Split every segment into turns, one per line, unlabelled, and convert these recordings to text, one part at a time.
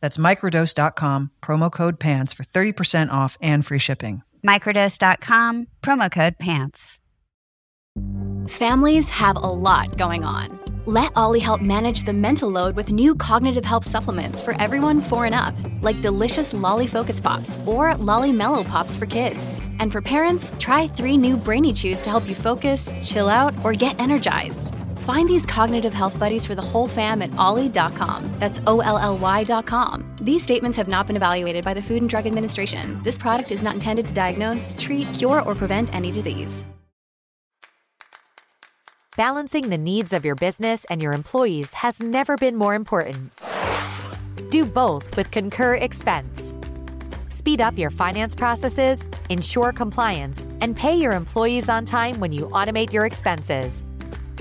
That's microdose.com, promo code PANTS for 30% off and free shipping.
Microdose.com, promo code PANTS.
Families have a lot going on. Let Ollie help manage the mental load with new cognitive help supplements for everyone four and up, like delicious Lolly Focus Pops or Lolly Mellow Pops for kids. And for parents, try three new Brainy Chews to help you focus, chill out, or get energized. Find these cognitive health buddies for the whole fam at ollie.com. That's O L L Y.com. These statements have not been evaluated by the Food and Drug Administration. This product is not intended to diagnose, treat, cure, or prevent any disease.
Balancing the needs of your business and your employees has never been more important. Do both with Concur Expense. Speed up your finance processes, ensure compliance, and pay your employees on time when you automate your expenses.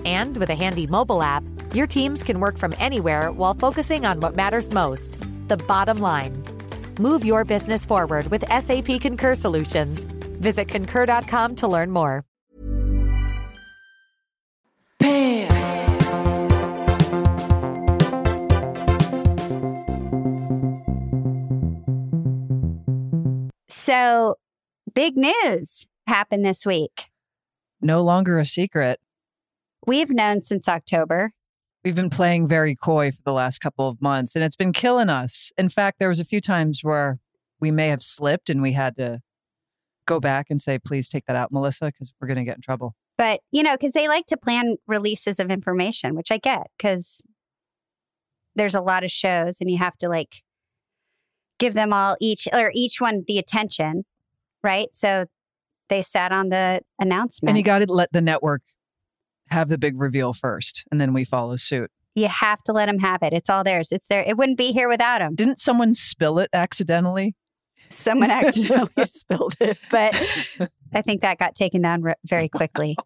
And with a handy mobile app, your teams can work from anywhere while focusing on what matters most the bottom line. Move your business forward with SAP Concur Solutions. Visit concur.com to learn more.
So, big news happened this week.
No longer a secret.
We've known since October.
We've been playing very coy for the last couple of months and it's been killing us. In fact, there was a few times where we may have slipped and we had to go back and say, please take that out, Melissa, because we're going to get in trouble.
But, you know, because they like to plan releases of information, which I get because there's a lot of shows and you have to like give them all each or each one the attention, right? So they sat on the announcement.
And you got to let the network have the big reveal first and then we follow suit.
You have to let them have it. It's all theirs. It's there. It wouldn't be here without them.
Didn't someone spill it accidentally?
Someone accidentally spilled it, but I think that got taken down re- very quickly.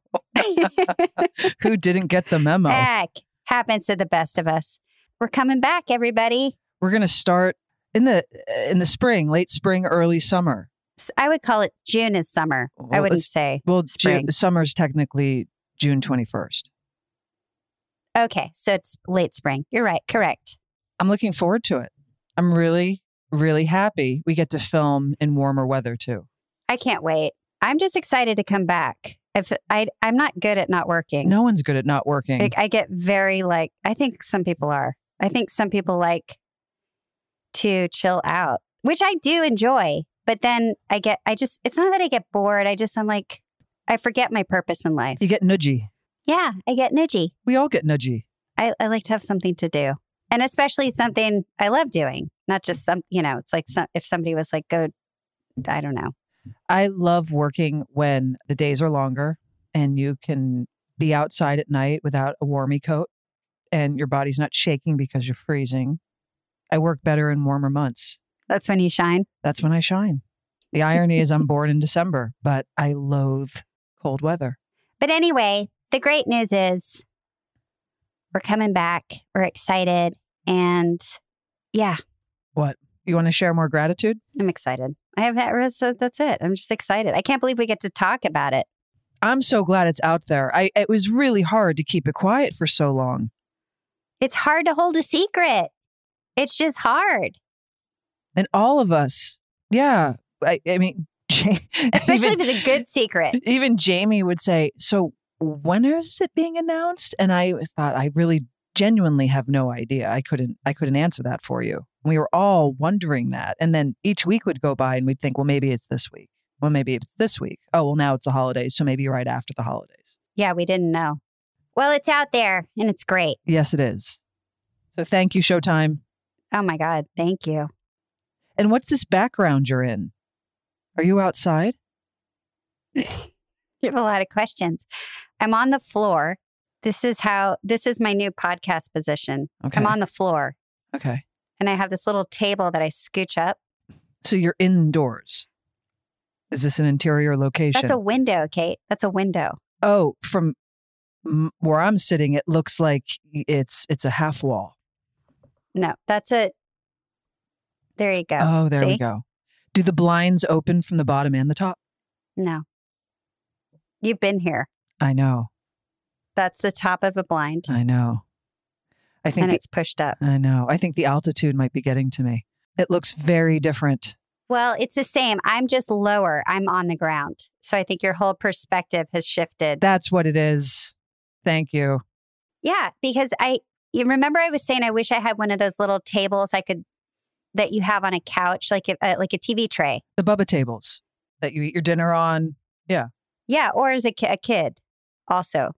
Who didn't get the memo?
Heck, happens to the best of us. We're coming back, everybody.
We're going to start in the in the spring, late spring, early summer.
S- I would call it June is summer. I
Well,
wouldn't
it's-
say.
Well,
Spring.
June, summer's technically June 21st.
Okay, so it's late spring. You're right. Correct.
I'm looking forward to it. I'm really really happy we get to film in warmer weather too.
I can't wait. I'm just excited to come back. If I, I'm not good at not working.
No one's good at not working.
Like, I get very like, I think some people are. I think some people like to chill out, which I do enjoy. But then I get, I just, it's not that I get bored. I just, I'm like, I forget my purpose in life.
You get nudgy.
Yeah, I get nudgy.
We all get nudgy.
I, I like to have something to do. And especially something I love doing, not just some, you know, it's like some, if somebody was like, go, I don't know.
I love working when the days are longer and you can be outside at night without a warmy coat and your body's not shaking because you're freezing. I work better in warmer months.
That's when you shine.
That's when I shine. The irony is I'm born in December, but I loathe cold weather.
But anyway, the great news is we're coming back. We're excited. And yeah,
You want to share more gratitude?
I'm excited. I have that. So that's it. I'm just excited. I can't believe we get to talk about it.
I'm so glad it's out there. I it was really hard to keep it quiet for so long.
It's hard to hold a secret. It's just hard,
And all of us, yeah. I, I mean,
especially
especially
if it's a good secret.
even Jamie would say, "So when is it being announced?" And I was- thought, I really genuinely have no idea. I couldn't I couldn't answer that for you. We were all wondering that. And then each week would go by and we'd think, "Well, maybe it's this week. Well, maybe it's this week. Oh, well, now it's the holidays. So maybe right after the holidays.
Yeah, we didn't know. Well, it's out there and it's great.
Yes, it is. So thank you, Showtime.
Oh my God. Thank you.
And what's this background you're in? Are you outside?
You have a lot of questions. I'm on the floor. This is how, this is my new podcast position.
Okay.
I'm on the floor
Okay.
and I have this little table that I scooch up.
So you're indoors. Is this an interior location?
That's a window, Kate. That's a window.
oh, from m- where I'm sitting, it looks like it's it's a half wall.
No, that's a, there you go.
Oh, there we
See?
go. Do the blinds open from the bottom and the top?
No. You've been here.
I know.
That's the top of a blind
I know. I think
and
the-
it's pushed up.
I know. I think the altitude might be getting to me. It looks very different.
Well, it's the same. I'm just lower. I'm on the ground. So I think your whole perspective has shifted.
That's what it is. Thank you.
yeah, because I you remember I was saying I wish I had one of those little tables I could that you have on a couch like a, uh, like a TV tray.
The Bubba tables that you eat your dinner on.
Yeah, or as a, ki- a kid also.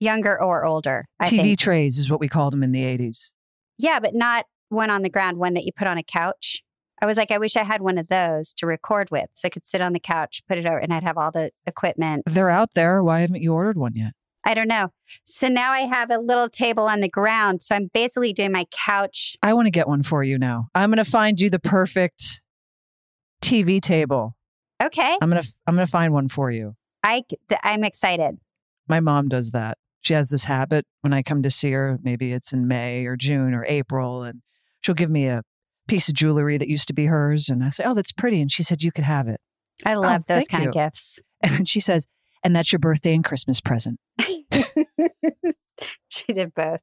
Younger or older, I
TV
think.
trays is what we called them in the 80s.
Yeah, but not one on the ground, one that you put on a couch. I was like I wish I had one of those to record with so I could sit on the couch, put it over and I'd have all the equipment
They're out there. Why haven't you ordered one yet?
I don't know. So now I have a little table on the ground. So I'm basically doing my couch.
I want to get one for you now. I'm going to find you the perfect TV table.
Okay.
I'm going to I'm going to find one for you.
I, th- I'm excited.
My mom does that. She has this habit when I come to see her, maybe it's in May or June or April, and she'll give me a piece of jewelry that used to be hers. And I say, Oh, that's pretty. And she said, You could have it.
I love those
Oh, thank
kind
you.
of gifts.
And then she says, And that's your birthday and Christmas present.
she did both.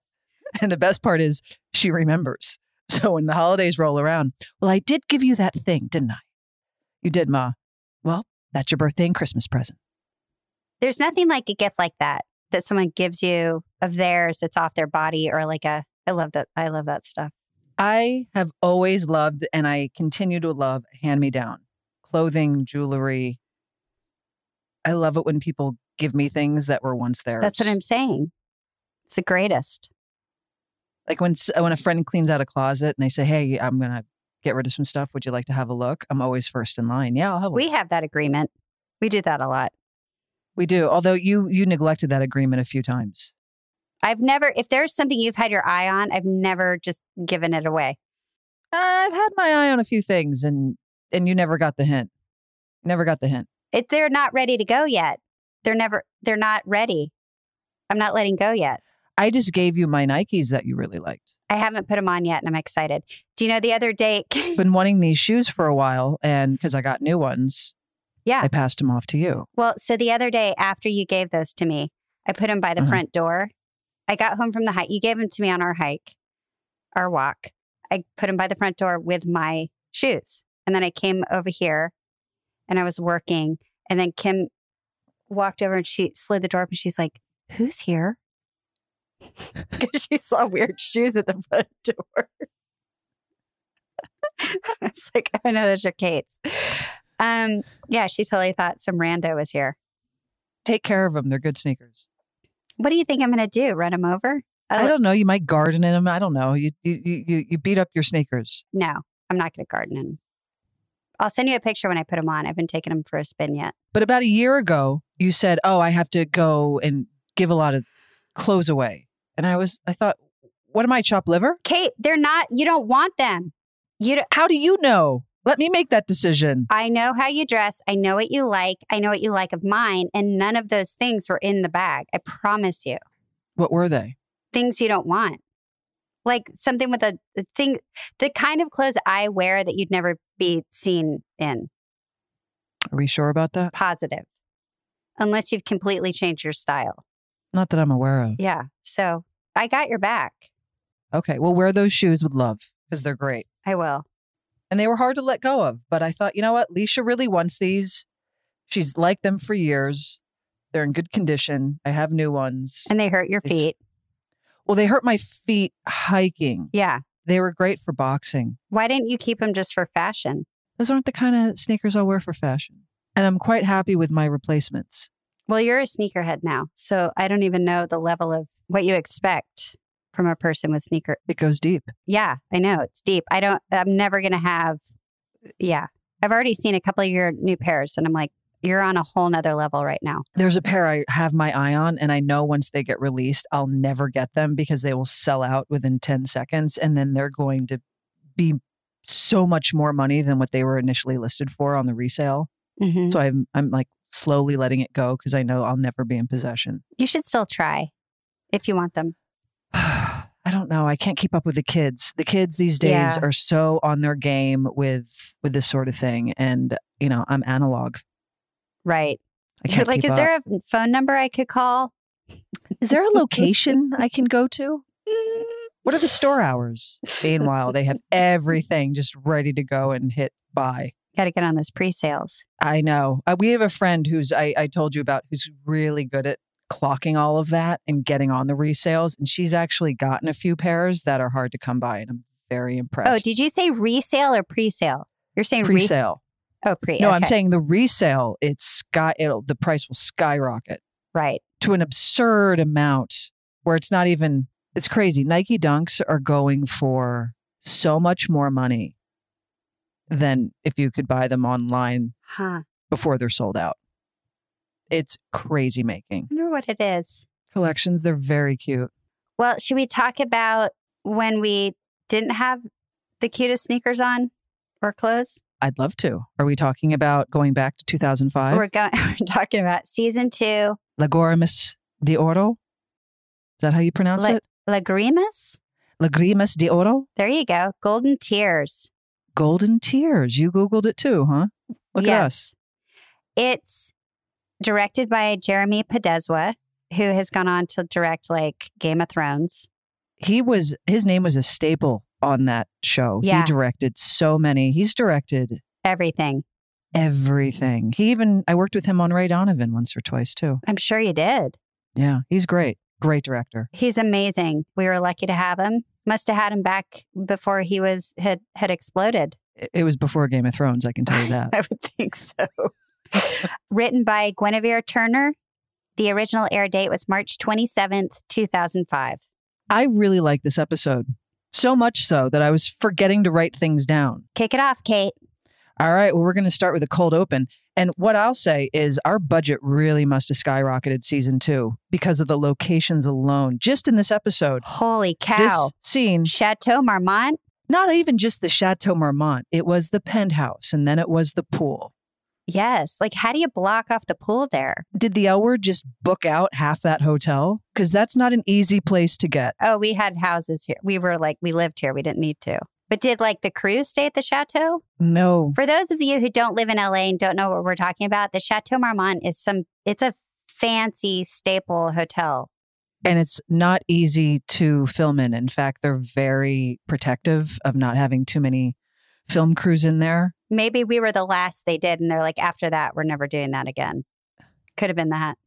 And the best part is she remembers. So when the holidays roll around, well, I did give you that thing, didn't I? You did, Ma. Well, that's your birthday and Christmas present.
There's nothing like a gift like that that someone gives you of theirs that's off their body or like a, I love that. I love that stuff.
I have always loved and I continue to love hand me down clothing, jewelry. I love it when people give me things that were once theirs.
That's what I'm saying. It's the greatest.
like when s- when a friend cleans out a closet and they say, "Hey, I'm going to get rid of some stuff. Would you like to have a look?" I'm always first in line. Yeah, I'll have a
We
look.
have that agreement. We do that a lot.
We do. Although you you neglected that agreement a few times.
I've never, if there's something you've had your eye on, I've never just given it away.
I've had my eye on a few things and and you never got the hint. Never got the hint.
it, they're not ready to go yet. They're never, they're not ready. I'm not letting go yet.
I just gave you my Nikes that you really liked.
I haven't put them on yet and I'm excited. Do you know the other day?
Been wanting these shoes for a while and cuz I got new ones,
yeah.
I passed them off to you.
Well, so the other day after you gave those to me, I put them by the
Uh-huh.
front door. I got home from the hike. You gave them to me on our hike, our walk. I put them by the front door with my shoes. And then I came over here and I was working. And then Kim walked over and she slid the door up and she's like, Who's here? Because she saw weird shoes at the front door. I was like, I know those are Kate's. Um, yeah, she totally thought some rando was here.
Take care of them. They're good sneakers.
What do you think I'm going to do? Run him over? I
I
li-
don't know. You might garden in them. I don't know. You you you- you, you beat up your sneakers.
No, I'm not going to garden him. I'll send you a picture when I put him on. I haven't taken him for a spin yet.
But about a year ago, you said, "Oh, I have to go and give a lot of clothes away." And I was I thought, "What am I chopped liver?"
Kate, they're not. You don't want them. You. Don't,
How do you know? Let me make that decision.
I know how you dress. I know what you like. I know what you like of mine, and none of those things were in the bag. I promise you.
What were they?
Things you don't want, like something with a the thing, the kind of clothes I wear that you'd never be seen in.
Are we sure about that?
Positive, unless you've completely changed your style.
Not that I'm aware of.
Yeah. So I got your back.
Okay. Well, wear those shoes with love because they're great.
I will.
And they were hard to let go of. But I thought, you know what? Leisha really wants these. She's liked them for years. They're in good condition. I have new ones.
And they hurt your
It's-
feet.
Well, they hurt my feet hiking.
Yeah.
They were great for boxing.
Why didn't you keep them just for fashion?
Those aren't the kind of sneakers I'll wear for fashion. And I'm quite happy with my replacements.
Well, you're a sneakerhead now, so I don't even know the level of what you expect from a person with sneaker.
It goes deep.
Yeah, I know it's deep. I don't. I'm never gonna have. Yeah, I've already seen a couple of your new pairs, and I'm like, you're on a whole nother level right now.
There's a pair I have my eye on, and I know once they get released, I'll never get them because they will sell out within 10 seconds. And then they're going to be so much more money than what they were initially listed for on the resale.
Mhm.
So I'm, I'm like slowly letting it go because I know I'll never be in possession.
You should still try if you want them.
I don't know. I can't keep up with the kids. The kids these days
Yeah.
are so on their game with with this sort of thing, and you know I'm analog.
Right.
I
You're
can't
like,
keep
is
up.
there a phone number I could call?
Is there a location I can go to? What are the store hours? Meanwhile, they have everything just ready to go and hit buy.
Got to get on those pre-sales.
I know. Uh, we have a friend who's I, I told you about who's really good at clocking all of that and getting on the resales, and she's actually gotten a few pairs that are hard to come by, and I'm very
Oh,
impressed.
did you say resale or pre-sale? You're saying res-
pre-sale?
Oh, pre.
No, I'm
okay.
saying the resale. It's sky. It'll the price will skyrocket.
right.
to an absurd amount where it's not even it's crazy nike dunks are going for so much more money than if you could buy them online
Huh.
before they're sold out it's crazy making
I wonder what it is.
collections they're very cute
Well, should we talk about when we didn't have the cutest sneakers on or clothes?
i'd love to are we talking about going back to 2005
We're going. We're talking about season two,
lagorimus de oro is that how you pronounce
La-
it
Lagrimas.
lagrimas de oro
There you go. Golden tears.
golden tears you googled it too huh look at
Yes.
us
It's directed by Jeremy Padeswa, who has gone on to direct like Game of Thrones.
he was his name was a staple on that show.
Yeah.
He directed so many. He's directed
Everything.
everything. He even I worked with him on Ray Donovan once or twice too.
I'm sure you did.
Yeah, he's great. Great director.
He's amazing. We were lucky to have him. Must have had him back before he was had had exploded.
It- It was before Game of Thrones, I can tell you that.
I would think so. Written by Guinevere Turner. The original air date was March 27th, 2005.
I really like this episode. So much so that I was forgetting to write things down.
Kick it off, Kate.
All right, well, we're going to start with a cold open. And what I'll say is our budget really must have skyrocketed season two because of the locations alone. Just in this episode,
Holy cow.
this scene
Chateau Marmont.
not even just the Chateau Marmont, it was the penthouse and then it was the pool.
Yes. Like, how do you block off the pool there?
Did the L word just book out half that hotel? Because that's not an easy place to get.
Oh, we had houses here. We were like, we lived here. We didn't need to. But did like the crew stay at the chateau?
No.
For those of you who don't live in LA and don't know what we're talking about, the Chateau Marmont is some, it's a fancy staple hotel.
And it's not easy to film in. In fact, they're very protective of not having too many film crews in there.
Maybe we were the last they did, and they're like, after that, we're never doing that again. Could have been that.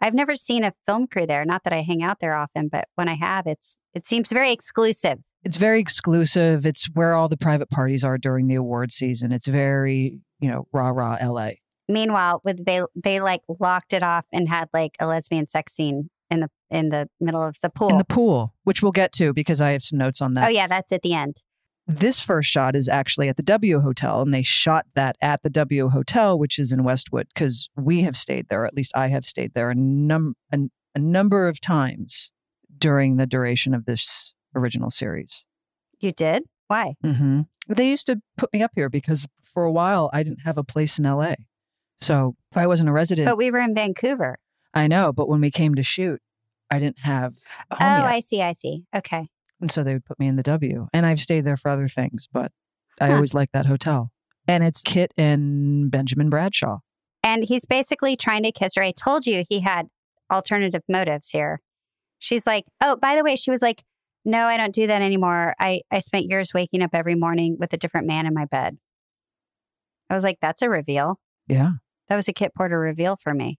I've never seen a film crew there. Not that I hang out there often, but when I have, it's it seems very exclusive.
It's very exclusive. It's where all the private parties are during the award season. It's very, you know, rah rah LA.
Meanwhile, with they they like locked it off and had like a lesbian sex scene in the in the middle of the pool.
In the pool, which we'll get to because I have some notes on that.
oh yeah, that's at the end.
this first shot is actually at the W Hotel, and they shot that at the W Hotel, which is in Westwood, because we have stayed there. At least I have stayed there a, num- a, a number of times during the duration of this original series.
You did? Why?
Mm-hmm. They used to put me up here because for a while I didn't have a place in LA, so if I wasn't a resident,
But we were in Vancouver.
I know. But when we came to shoot, I didn't have a home
oh,
yet,
I see, I see. Okay.
and so they would put me in the W. And I've stayed there for other things, but I
Huh.
always like that hotel. And it's Kit and Benjamin Bradshaw.
And he's basically trying to kiss her. I told you he had alternative motives here. She's like, oh, by the way, she was like, no, I don't do that anymore. I, I spent years waking up every morning with a different man in my bed. I was like, that's a reveal.
Yeah.
That was a Kit Porter reveal for me.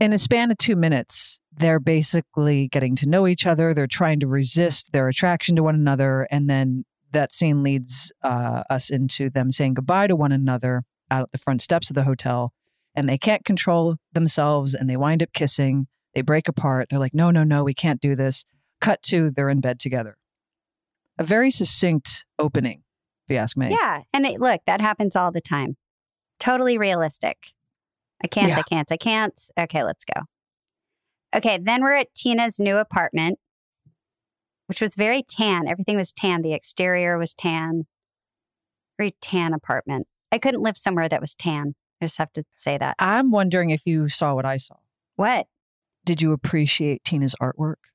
In a span of two minutes, they're basically getting to know each other. They're trying to resist their attraction to one another. And then that scene leads uh, us into them saying goodbye to one another out at the front steps of the hotel. and they can't control themselves and they wind up kissing. They break apart. They're like, no, no, no, we can't do this. Cut to, they're in bed together. A very succinct opening, if you ask me.
Yeah. And it, look, that happens all the time. Totally realistic. I can't,
Yeah.
I can't, I can't. Okay, let's go. Okay, then we're at Tina's new apartment, which was very tan. Everything was tan. The exterior was tan. Very tan apartment. I couldn't live somewhere that was tan. I just have to say that.
I'm wondering if you saw what I saw.
What?
Did you appreciate Tina's artwork?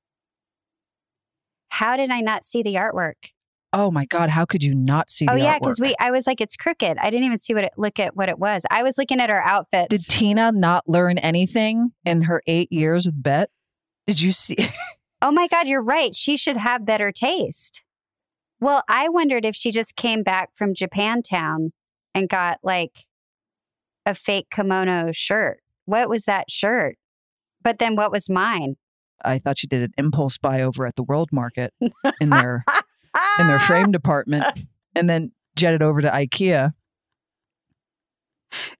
How did I not see the artwork?
Oh my God, how could you not see
oh
the
yeah,
artwork?
because we I was like, it's crooked. I didn't even see what it look at what it was. I was looking at her outfits.
Did Tina not learn anything in her eight years with Bet? Did you see?
oh my God, you're right. She should have better taste. Well, I wondered if she just came back from Japantown and got like a fake kimono shirt. What was that shirt? But then what was mine?
I thought she did an impulse buy over at the World Market in their in
Ah!
their frame department, and then jetted over to IKEA.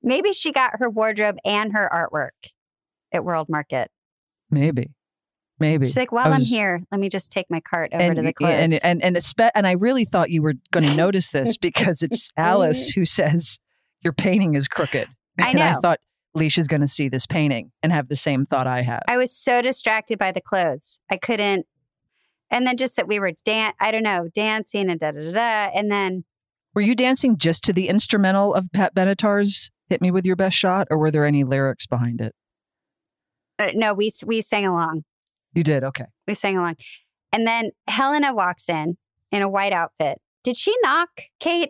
Maybe she got her wardrobe and her artwork at World Market.
Maybe, maybe.
She's like, while I'm
was-
here, let me just take my cart over
and,
to the
yeah,
clothes.
and and and it's spe- and I really thought you were going to notice this because it's Alice who says your painting is crooked.
I
And I
know.
thought Leisha's going to see this painting and have the same thought I have.
I was so distracted by the clothes. I couldn't. And then just that we were dan I don't know, dancing and da da da da. And then
Were you dancing just to the instrumental of Pat Benatar's "Hit Me with Your Best Shot," or were there any lyrics behind it?
uh, no, we s- we sang along.
You did, okay.
We sang along. And then Helena walks in in a white outfit. Did she knock, Kate?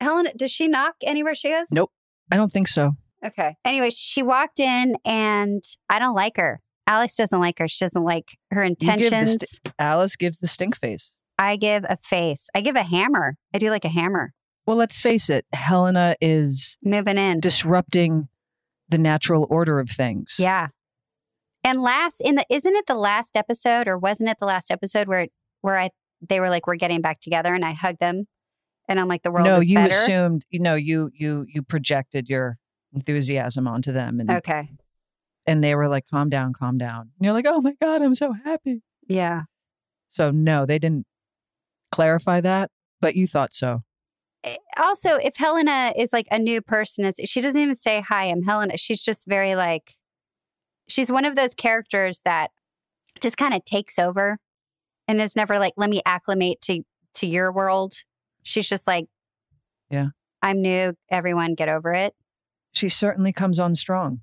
Helena, does she knock anywhere she goes?
Nope. I don't think so.
Okay. Anyway, she walked in, and I don't like her. Alice doesn't like her. She doesn't like her
give the
intentions.
st- Alice gives the stink face.
I give a face. I give a hammer. I do like a hammer.
Well, let's face it, Helena is
Moving in.
disrupting the natural order of things.
Yeah. And last in the isn't it the last episode or wasn't it the last episode where where I they were like we're getting back together and I hugged them and I'm like the world
no,
is
you
better.
assumed, you know, you you you projected your enthusiasm onto them and
okay.
and they were like calm down, calm down. And you're like, "Oh my god, I'm so happy."
Yeah.
So no, they didn't clarify that, but you thought so.
Eh, Also, if Helena is like a new person, is she doesn't even say hi. I'm Helena. She's just very like, she's one of those characters that just kind of takes over, and is never like, let me acclimate to to your world. She's just like,
Yeah.
I'm new. Everyone, get over it.
She certainly comes on strong.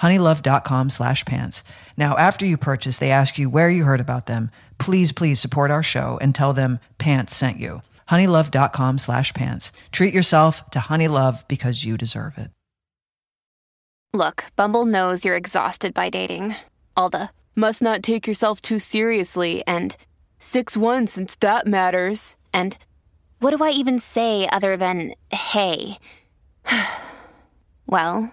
honeylove.com slash pants. Now, after you purchase, they ask you where you heard about them. Please, please support our show and tell them pants sent you. Honeylove.com slash pants. Treat yourself to Honey Love because you deserve it.
Look, Bumble knows you're exhausted by dating. All the must not take yourself too seriously and 6 1 since that matters. And what do I even say other than hey? well,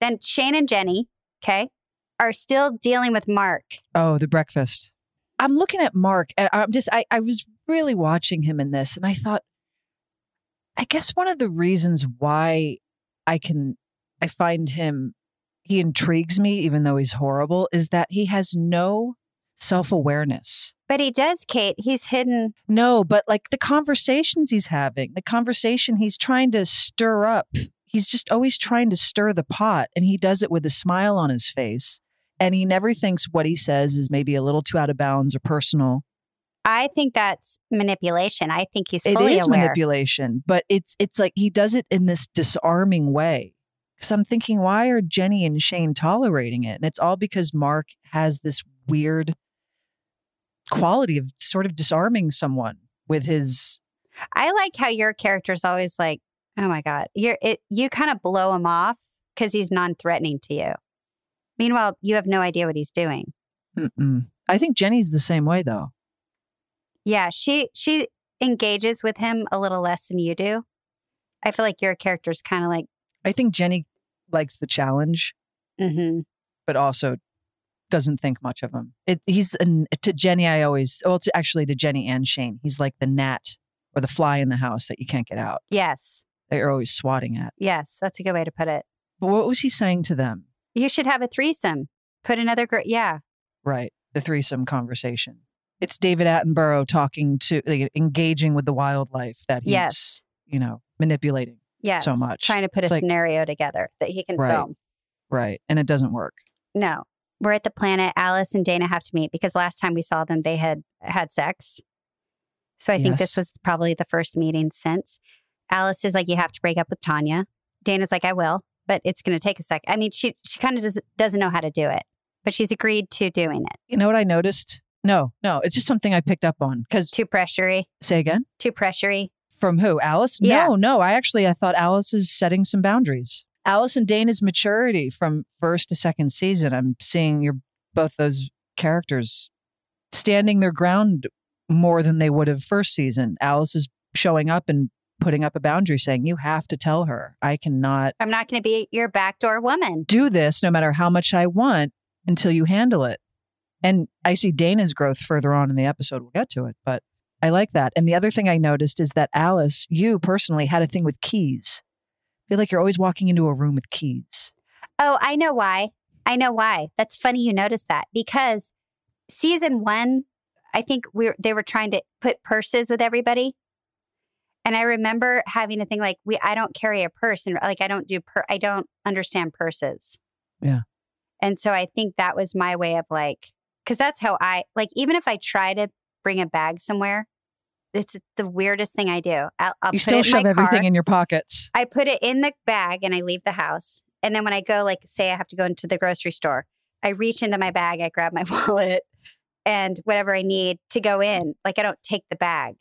Then Shane and Jenny, okay, are still dealing with Mark.
Oh, the breakfast. I'm looking at Mark and I'm just I, I was really watching him in this and I thought I guess one of the reasons why I can I find him he intrigues me even though he's horrible is that he has no self-awareness.
But he does, Kate. He's hidden.
No, but like the conversations he's having, the conversation he's trying to stir up. He's just always trying to stir the pot and he does it with a smile on his face. And he never thinks what he says is maybe a little too out of bounds or personal.
I think that's manipulation. I think he's
It
fully
is
aware.
manipulation, but it's it's like he does it in this disarming way. Cuz I'm thinking why are Jenny and Shane tolerating it? And it's all because Mark has this weird quality of sort of disarming someone with his
I like how your character's always like, "Oh my god, you're it." You kind of blow him off because he's non-threatening to you. Meanwhile, you have no idea what he's doing.
Mm-mm. I think Jenny's the same way, though.
Yeah, she she engages with him a little less than you do. I feel like your character's kind of like,
I think Jenny likes the challenge,
mm-hmm.
but also doesn't think much of him. It, he's an, to Jenny. I always well, to, actually, to Jenny and Shane, he's like the gnat or the fly in the house that you can't get out.
yes,
That you're always swatting at.
yes, that's a good way to put it.
But what was he saying to them?
You should have a threesome. Put another girl. Yeah,
Right, the threesome conversation. It's David Attenborough talking to like, engaging with the wildlife that he's
Yes.
you know manipulating.
yes.
much.
Trying to put
It's
a
like-
scenario together that he can
Right.
film.
Right, and it doesn't work.
No. We're at the planet. Alice and Dana have to meet because last time we saw them, they had had sex. So I think this
Yes.
was probably the first meeting since. Alice is like, "You have to break up with Tanya." Dana's like, "I will, but it's going to take a sec." I mean, she she kind of doesn't doesn't know how to do it, but she's agreed to doing it.
You know what I noticed? No, no, it's just something I picked up on. Because
Too pressury.
say again.
Too pressury.
From who? Alice?
Yeah.
No, no. I actually I thought Alice is setting some boundaries. Alice and Dana's maturity from first to second season. I'm seeing your both those characters standing their ground more than they would have first season. Alice is showing up and putting up a boundary saying, You have to tell her. I cannot
I'm not going to be your backdoor woman.
do this no matter how much I want until you handle it. And I see Dana's growth further on in the episode. We'll get to it, but I like that. And the other thing I noticed is that Alice, you personally had a thing with keys. I feel like you're always walking into a room with keys.
Oh, I know why. I know why. That's funny you noticed that because season one, I think we were, they were trying to put purses with everybody. And I remember having a thing like we I don't carry a purse and like I don't do per I don't understand purses.
Yeah.
And so I think that was my way of like cuz that's how I like even if I try to bring a bag somewhere, it's the weirdest thing I do. I'll, I'll
you
put
still
it in my
shove everything
car.
in your pockets.
I put it in the bag and I leave the house. And then when I go, like, say I have to go into the grocery store, I reach into my bag, I grab my wallet and whatever I need to go in. Like, I don't take the bag.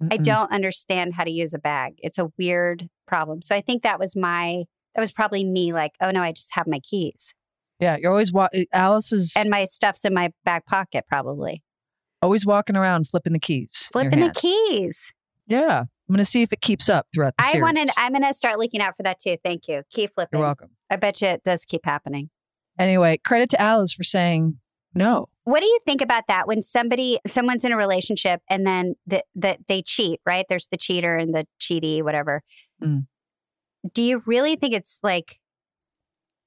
I
Mm-mm.
don't understand how to use a bag. It's a weird problem. So I think that was my, that was probably me, like, oh no, I just have my keys
Yeah, you're always wa- eh, Alice is
and my stuff's in my back pocket, probably.
always walking around flipping the keys. in your
Flipping the
hand.
keys.
Yeah, I'm gonna see if it keeps up throughout the
I
series.
want to, I'm going to start looking out for that too. Thank you. Key flipping.
You're welcome.
I bet you it does keep happening.
Anyway, credit to Alice for saying no.
What do you think about that when somebody someone's in a relationship and then that that they cheat, right? There's the cheater and the cheaty, whatever.
Mm.
Do you really think it's like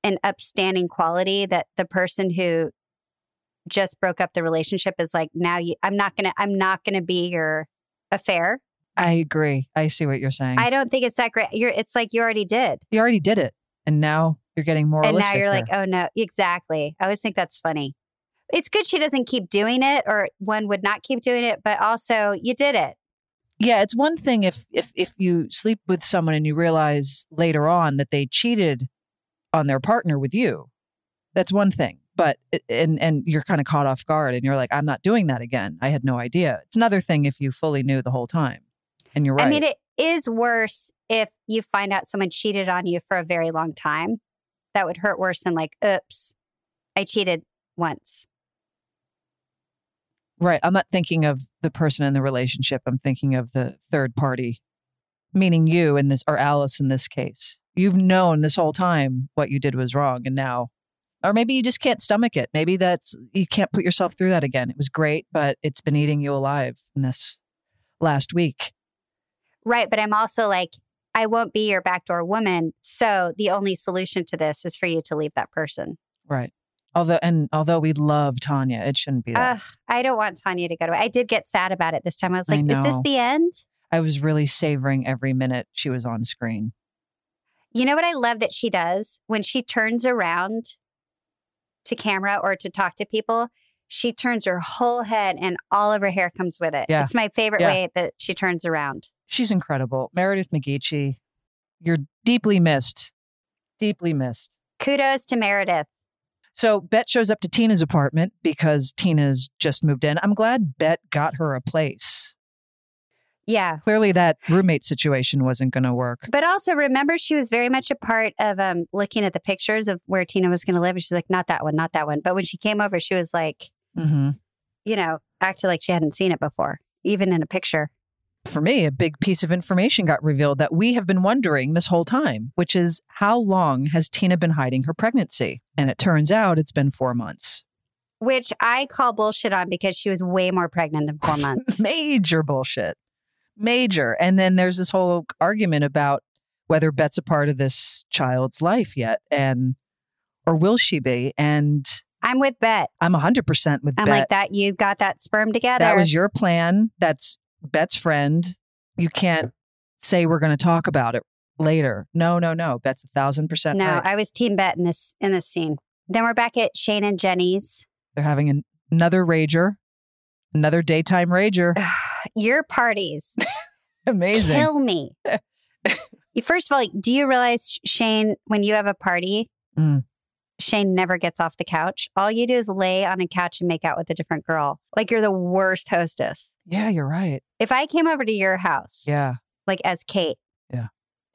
an upstanding quality that the person who just broke up the relationship is like, now you, I'm not gonna, I'm not gonna be your affair.
I agree. I see what you're saying.
I don't think it's that great. You're, it's like you already did,
you already did it, and now you're getting more.
and now
realistic
you're
there.
like, oh no, exactly. I always think that's funny. It's good she doesn't keep doing it, or one would not keep doing it, but also you did it.
Yeah, it's one thing if if if you sleep with someone and you realize later on that they cheated on their partner with you. That's one thing. But and and you're kind of caught off guard and you're like I'm not doing that again. I had no idea. It's another thing if you fully knew the whole time. And you're right.
I mean, it is worse if you find out someone cheated on you for a very long time. That would hurt worse than like, oops, I cheated once.
Right. I'm not thinking of the person in the relationship. I'm thinking of the third party, meaning you in this, or Alice in this case. You've known this whole time what you did was wrong. And now, or maybe you just can't stomach it. Maybe that's, you can't put yourself through that again. It was great, but it's been eating you alive in this last week.
Right. But I'm also like, I won't be your backdoor woman. So the only solution to this is for you to leave that person.
Right. Although, and although we love Tanya, it shouldn't be that.
Ugh, I don't want Tanya to go to. I did get sad about it this time. I was
I
like, is this
know.
the end?
I was really savoring every minute she was on screen.
You know what I love that she does? When she turns around to camera or to talk to people, she turns her whole head and all of her hair comes with it.
Yeah.
It's my favorite
Yeah.
way that she turns around.
She's incredible. Meredith McGeechee, you're deeply missed. Deeply missed.
Kudos to Meredith.
So Bet shows up to Tina's apartment because Tina's just moved in. I'm glad Bet got her a place.
Yeah.
Clearly, that roommate situation wasn't going to work.
But also remember, she was very much a part of um, looking at the pictures of where Tina was going to live. And she's like, not that one, not that one. But when she came over, she was like,
Mm-hmm.
you know, acted like she hadn't seen it before, even in a picture.
For me, a big piece of information got revealed that we have been wondering this whole time, which is how long has Tina been hiding her pregnancy? And it turns out it's been four months.
which I call bullshit on because she was way more pregnant than four months.
Major bullshit. Major. And then there's this whole argument about whether Bet's a part of this child's life yet and or will she be? And
I'm with Bet.
I'm 100% with
I'm
Bet.
like that. You got that sperm together.
that was your plan. That's Bet's friend. You can't say we're going to talk about it later. No, no, no. Bet's a thousand percent
no,
right.
I was team Bet in this in this scene. Then we're back at Shane and Jenny's.
They're having an, another rager, another daytime rager.
Your parties
Amazing.
kill me. First of all, do you realize Shane when you have a party?
Mm.
Shane never gets off the couch. All you do is lay on a couch and make out with a different girl. Like you're the worst hostess.
Yeah, you're right.
If I came over to your house,
Yeah.
like as Kate.
Yeah.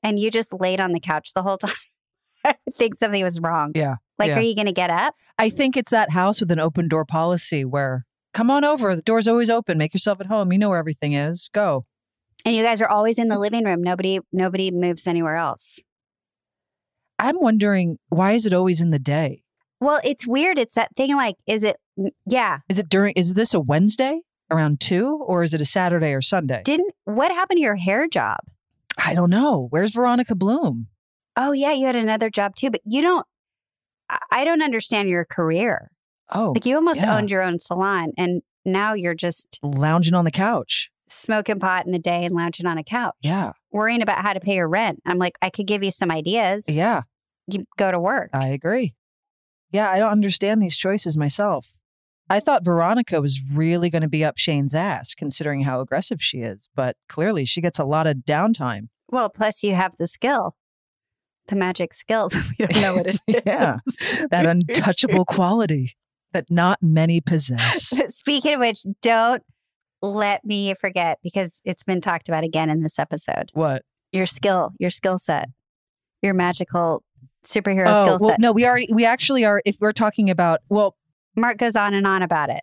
And you just laid on the couch the whole time. I think something was wrong.
Yeah,
Like,
yeah.
are you going to get up?
I think it's that house with an open door policy where come on over. The door's always open. Make yourself at home. You know where everything is. Go.
And you guys are always
Mm-hmm.
in the living room. Nobody, nobody moves anywhere else.
I'm wondering why is it always in the day?
Well, it's weird. It's that thing. Like, is it? mm, Yeah.
Is it during is this a Wednesday around 2 or is it a Saturday or Sunday?
Didn't what happened to your hair job?
I don't know. Where's Veronica Bloom?
Oh yeah, you had another job too, but you don't. I- I don't understand your career.
Oh,
Like you almost
yeah.
owned your own salon, and now you're just
lounging on the couch.
smoking pot in the day and lounging on a couch,
Yeah.
worrying about how to pay your rent. I'm like, I could give you some ideas.
Yeah.
You go to work.
I agree. Yeah. I don't understand these choices myself. I thought Veronica was really going to be up Shane's ass considering how aggressive she is, but clearly she gets a lot of downtime.
Well, plus you have the skill, the magic skill. that we don't know what it is.
Yeah. That untouchable quality that not many possess.
Speaking of which, don't let me forget because it's been talked about again in this episode.
What?
Your skill, your skill set, your magical superhero
Oh,
skill
well,
set.
no, we already, we actually are, if we're talking about, well,
Mark goes on and on about it.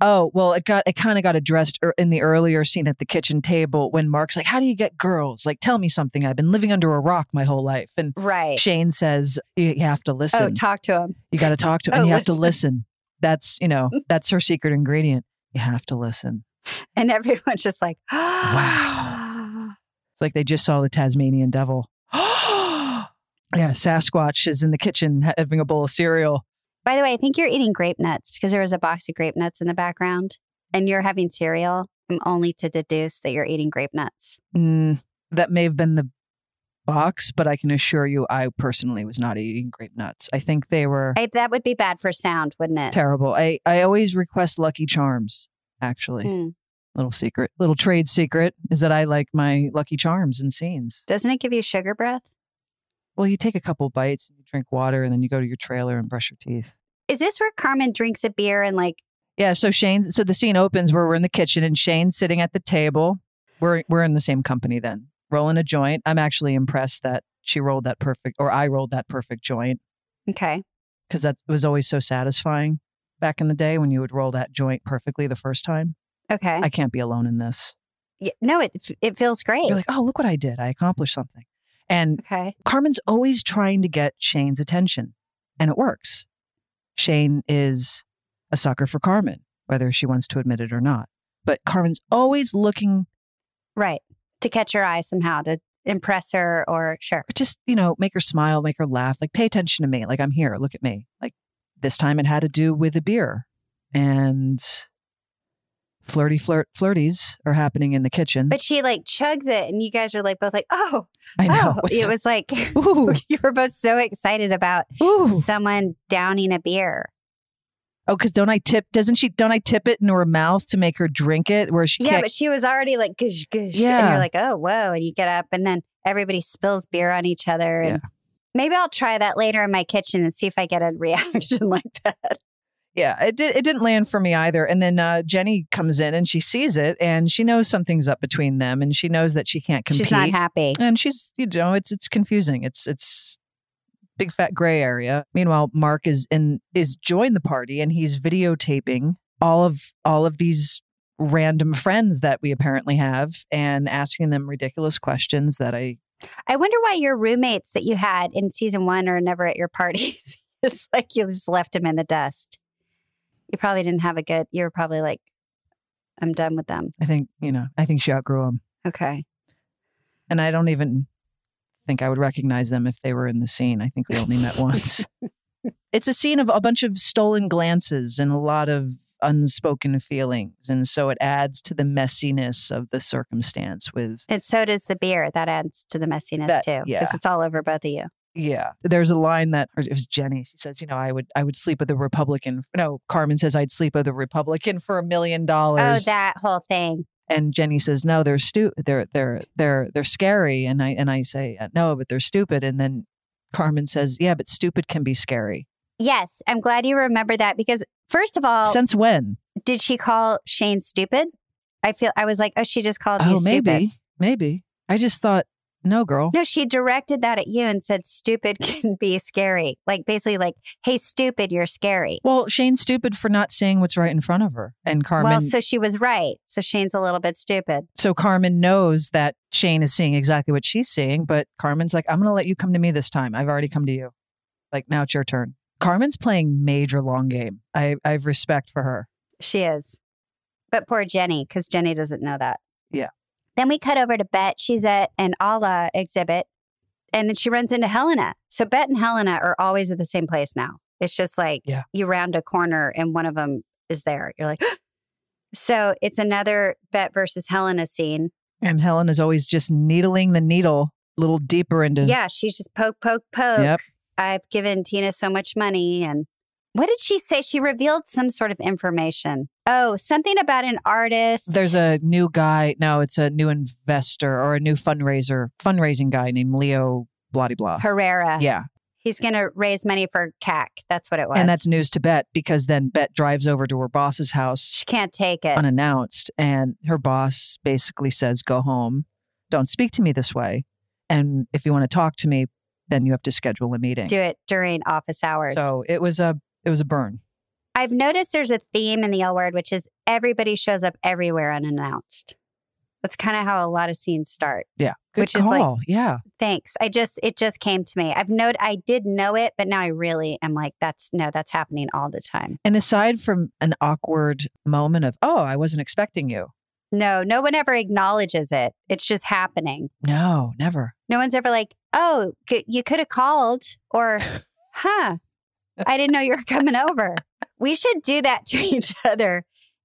Oh, well, it got it kind of got addressed er- in the earlier scene at the kitchen table when Mark's like, "How do you get girls? Like tell me something. I've been living under a rock my whole life." And
Right.
Shane says, "You you have to listen.
Oh, talk to him.
you got to talk to and
Oh,
you have to
listen.
listen." That's, you know, that's her secret ingredient. You have to listen.
And everyone's just like,
Wow. It's like they just saw the Tasmanian devil. yeah, Sasquatch is in the kitchen ha- having a bowl of cereal.
By the way, I think you're eating grape nuts because there was a box of grape nuts in the background and you're having cereal. I'm only to deduce that you're eating grape nuts.
Mm, that may have been the box, but I can assure you I personally was not eating grape nuts. I think they were
I, that would be bad for sound, wouldn't it?
terrible. I, I always request Lucky Charms, actually.
Mm.
Little secret, little trade secret is that I like my Lucky Charms and scenes.
Doesn't it give you sugar breath?
Well, you take a couple bites, you drink water, and then you go to your trailer and brush your teeth.
Is this where Carmen drinks a beer and like
Yeah. So Shane, so the scene opens where we're in the kitchen and Shane's sitting at the table. We're we're in the same company then, rolling a joint. I'm actually impressed that she rolled that perfect, or I rolled that perfect joint
okay,
because that was always so satisfying back in the day when you would roll that joint perfectly the first time.
okay?
I can't be alone in this.
Yeah, no, it f- it feels great.
You're like, oh, look what I did! I accomplished something. And
okay,
Carmen's always trying to get Shane's attention, and it works. Shane is a sucker for Carmen, whether she wants to admit it or not. But Carmen's always looking
right. To catch her eye somehow to impress her or sure.
just, you know, make her smile, make her laugh, like pay attention to me, like I'm here, look at me. Like this time it had to do with a beer. And flirty flirt flirties are happening in the kitchen.
But she like chugs it, and you guys are like both like, oh,
Mm. I know.
oh.
What's-
It was like you were both so excited about
ooh, ooh.
someone downing a beer.
Oh, because don't I tip doesn't she don't I tip it into her mouth to make her drink it where she
Yeah,
can't
but she was already like gush gush. And
Yeah.
you're like, oh whoa. And you get up and then everybody spills beer on each other. And maybe I'll try that later in my kitchen and see if I get a reaction like that.
Yeah, it did. It didn't land for me either. And then uh, Jenny comes in and she sees it, and she knows something's up between them, and she knows that she can't compete.
She's not happy.
and she's, you know, it's it's confusing. It's it's big fat gray area. Meanwhile, Mark is in is joined the party, and he's videotaping all of all of these random friends that we apparently have, and asking them ridiculous questions that I
I wonder why your roommates that you had in season one are never at your parties. it's like you just left them in the dust. You probably didn't have a good. You were probably like, I'm done with them.
I think you know I think she outgrew him,
Okay.
and I don't even think I would recognize them if they were in the scene. I think we only met once. it's a scene of a bunch of stolen glances and a lot of unspoken feelings. And so it adds to the messiness of the circumstance with,
And so does the beer. That adds to the messiness
That-
too, because
yeah.
it's all over both of you.
yeah, there's a line that or it was Jenny. She says, you know, I would, I would sleep with a Republican. No, Carmen says I'd sleep with a Republican for a million dollars.
oh, that whole thing.
And Jenny says, no, they're stu, they're, they're, they're, they're scary. And I, and I say, "Uh, no, but they're stupid. And then Carmen says, yeah, but stupid can be scary.
Yes, I'm glad you remember that because first of all,
Since when?
did she call Shane stupid? I feel I was like, oh, she just called you
Oh,
stupid.
maybe, maybe. I just thought, no, girl.
No, she directed that at you and said, "Stupid can be scary." Like basically, like, "Hey, stupid, you're scary."
Well, Shane's stupid for not seeing what's right in front of her, and Carmen.
Well,
so-,
so she was right. So Shane's a little bit stupid.
Carmen knows that Shane is seeing exactly what she's seeing, but Carmen's like, "I'm going to let you come to me this time. I've already come to you. Like now, it's your turn." Carmen's playing major long game. I I have respect for her.
She is. But poor Jenny, because Jenny doesn't know that.
Yeah.
Then we cut over to Bet. She's at an Ala exhibit. And then she runs into Helena. So Bet and Helena are always at the same place now. It's just like
Yeah.
you round a corner and one of them is there. You're like, so it's another Bet versus Helena scene.
And Helen is always just needling the needle a little deeper into.
Yeah, she's just poke, poke, poke.
Yep.
I've given Tina so much money. And what did she say? She revealed some sort of information. Oh, something about an artist.
There's a new guy. No, it's a new investor or a new fundraiser, fundraising guy named Leo. Blah de blah.
Herrera.
yeah.
He's going to raise money for CAC. That's what it was.
And that's news to Bet because then Bet drives over to her boss's house
she can't take it.
unannounced. And her boss basically says, Go home. Don't speak to me this way. And if you want to talk to me, then you have to schedule a meeting.
Do it during office hours.
So it was a it was a burn.
I've noticed there's a theme in the L word, which is everybody shows up everywhere unannounced. That's kind of how a lot of scenes start.
Yeah. Good
Which is like-
call. yeah.
Thanks. I just it just came to me. I've known I did know it, but now I really am like, that's no, that's happening all the time.
And aside from an awkward moment of, oh, I wasn't expecting you.
No, no one ever acknowledges it. It's just happening.
No, never.
No one's ever like, oh, c- you could have called or, huh, I didn't know you were coming over. We should do that to each other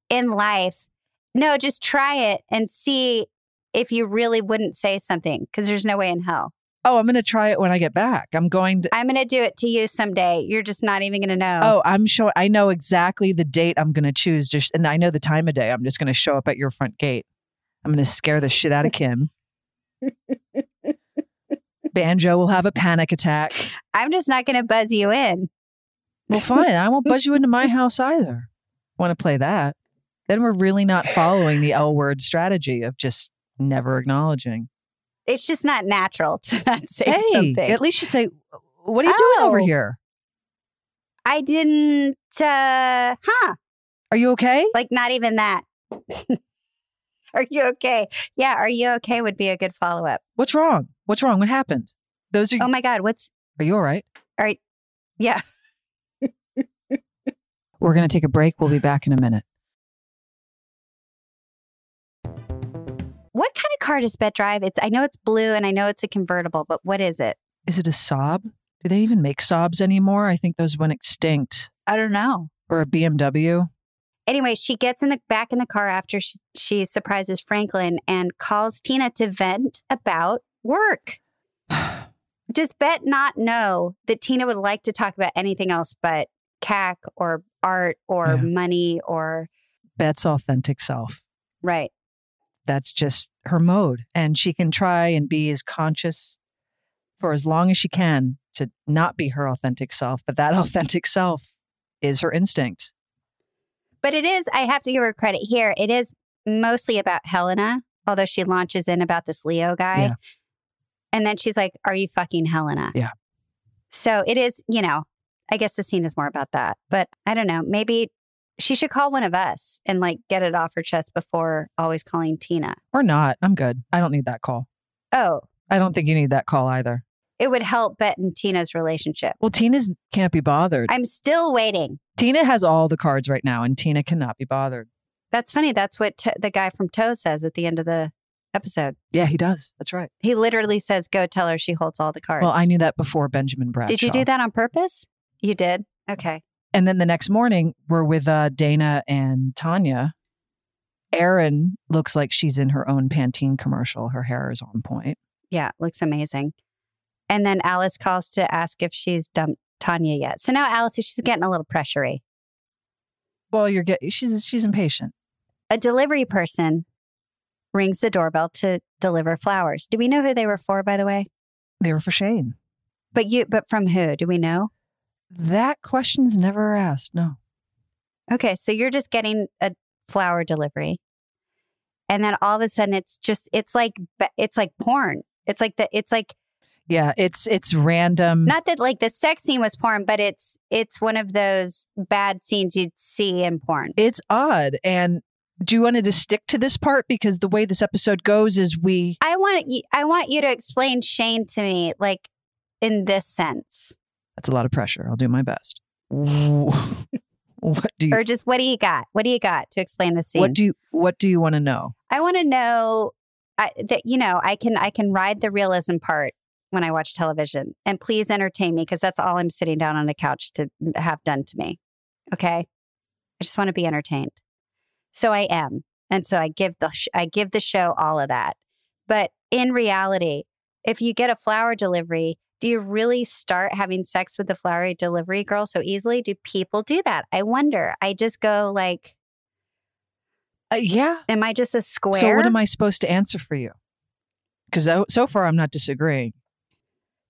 in life. No, just try it and see if you really wouldn't say something because there's no way in hell.
oh, I'm going to try it when I get back. I'm going to,
I'm going to do it to you someday. You're just not even going to know.
oh, I'm showing, I know exactly the date I'm going to choose. Just, and I know the time of day. I'm just going to show up at your front gate. I'm going to scare the shit out of Kim. Banjo will have a panic attack.
I'm just not going to buzz you in.
Well, fine. I won't buzz you into my house either. Want to play that? Then we're really not following the L word strategy of just never acknowledging.
It's just not natural to not say
hey,
something.
at least you say, "What are you doing over
Oh.
here?
I didn't, uh, huh?
Are you okay?"
Like, not even that. are you okay? Yeah, are you okay would be a good follow up.
What's wrong? What's wrong? What happened? Those are
Oh my God, what's,
are you all right?
yeah.
We're going to take a break. We'll be back in a minute.
What kind of car does Bet drive? It's, I know it's blue and I know it's a convertible, but what is it?
Is it a sob? Do they even make sobs anymore? I think those went extinct.
I don't know.
Or a BMW.
Anyway, she gets in the back in the car after she, she surprises Franklin and calls Tina to vent about work. Does Bet not know that Tina would like to talk about anything else but CAC or art or
Yeah.
money or
Bet's authentic self.
right?
that's just her mode. And she can try and be as conscious for as long as she can to not be her authentic self. But that authentic self is her instinct.
But it is, I have to give her credit here. It is mostly about Helena, although she launches in about this Leo guy.
Yeah.
And then she's like, Are you fucking Helena?
Yeah.
So it is, you know, I guess the scene is more about that. But I don't know. Maybe she should call one of us and like get it off her chest before always calling Tina.
Or not. I'm good. I don't need that call.
Oh,
I don't think you need that call either.
it would help Bet and Tina's relationship.
Well, Tina's can't be bothered.
I'm still waiting.
Tina has all the cards right now, and Tina cannot be bothered.
That's funny. That's what t- the guy from Toad says at the end of the episode.
Yeah, he does. That's right.
He literally says, Go tell her she holds all the cards.
Well, I knew that before Benjamin Bradshaw.
Did you do that on purpose? You did. Okay.
And then the next morning, we're with uh, Dana and Tanya. Erin looks like she's in her own Pantene commercial. Her hair is on point.
Yeah, looks amazing. And then Alice calls to ask if she's dumped Tanya yet. So now Alice, she's getting a little pressury.
Well, you're getting she's she's impatient.
A delivery person rings the doorbell to deliver flowers. Do we know who they were for, by the way?
They were for Shane.
But you, but from who? Do we know?
That question's never asked. No.
Okay, so you're just getting a flower delivery, and then all of a sudden, it's just it's like it's like porn. It's like the it's like
Yeah, it's it's random.
not that like the sex scene was porn but it's it's one of those bad scenes you'd see in porn
it's odd. And do you want to just stick to this part because the way this episode goes is we
i want you i want you to explain shane to me like in this sense
that's a lot of pressure. I'll do my best. what do you
or just what do you got what do you got to explain the scene
what do you what do you want to know?
i want to know I, that you know i can i can ride the realism part when i watch television and please entertain me because that's all i'm sitting down on a couch to have done to me okay i just want to be entertained so i am and so i give the sh- i give the show all of that but in reality if you get a flower delivery do you really start having sex with the flower delivery girl so easily do people do that i wonder i just go like
Uh, yeah.
am i just a square
So what am I supposed to answer for you? Because so far I'm not disagreeing.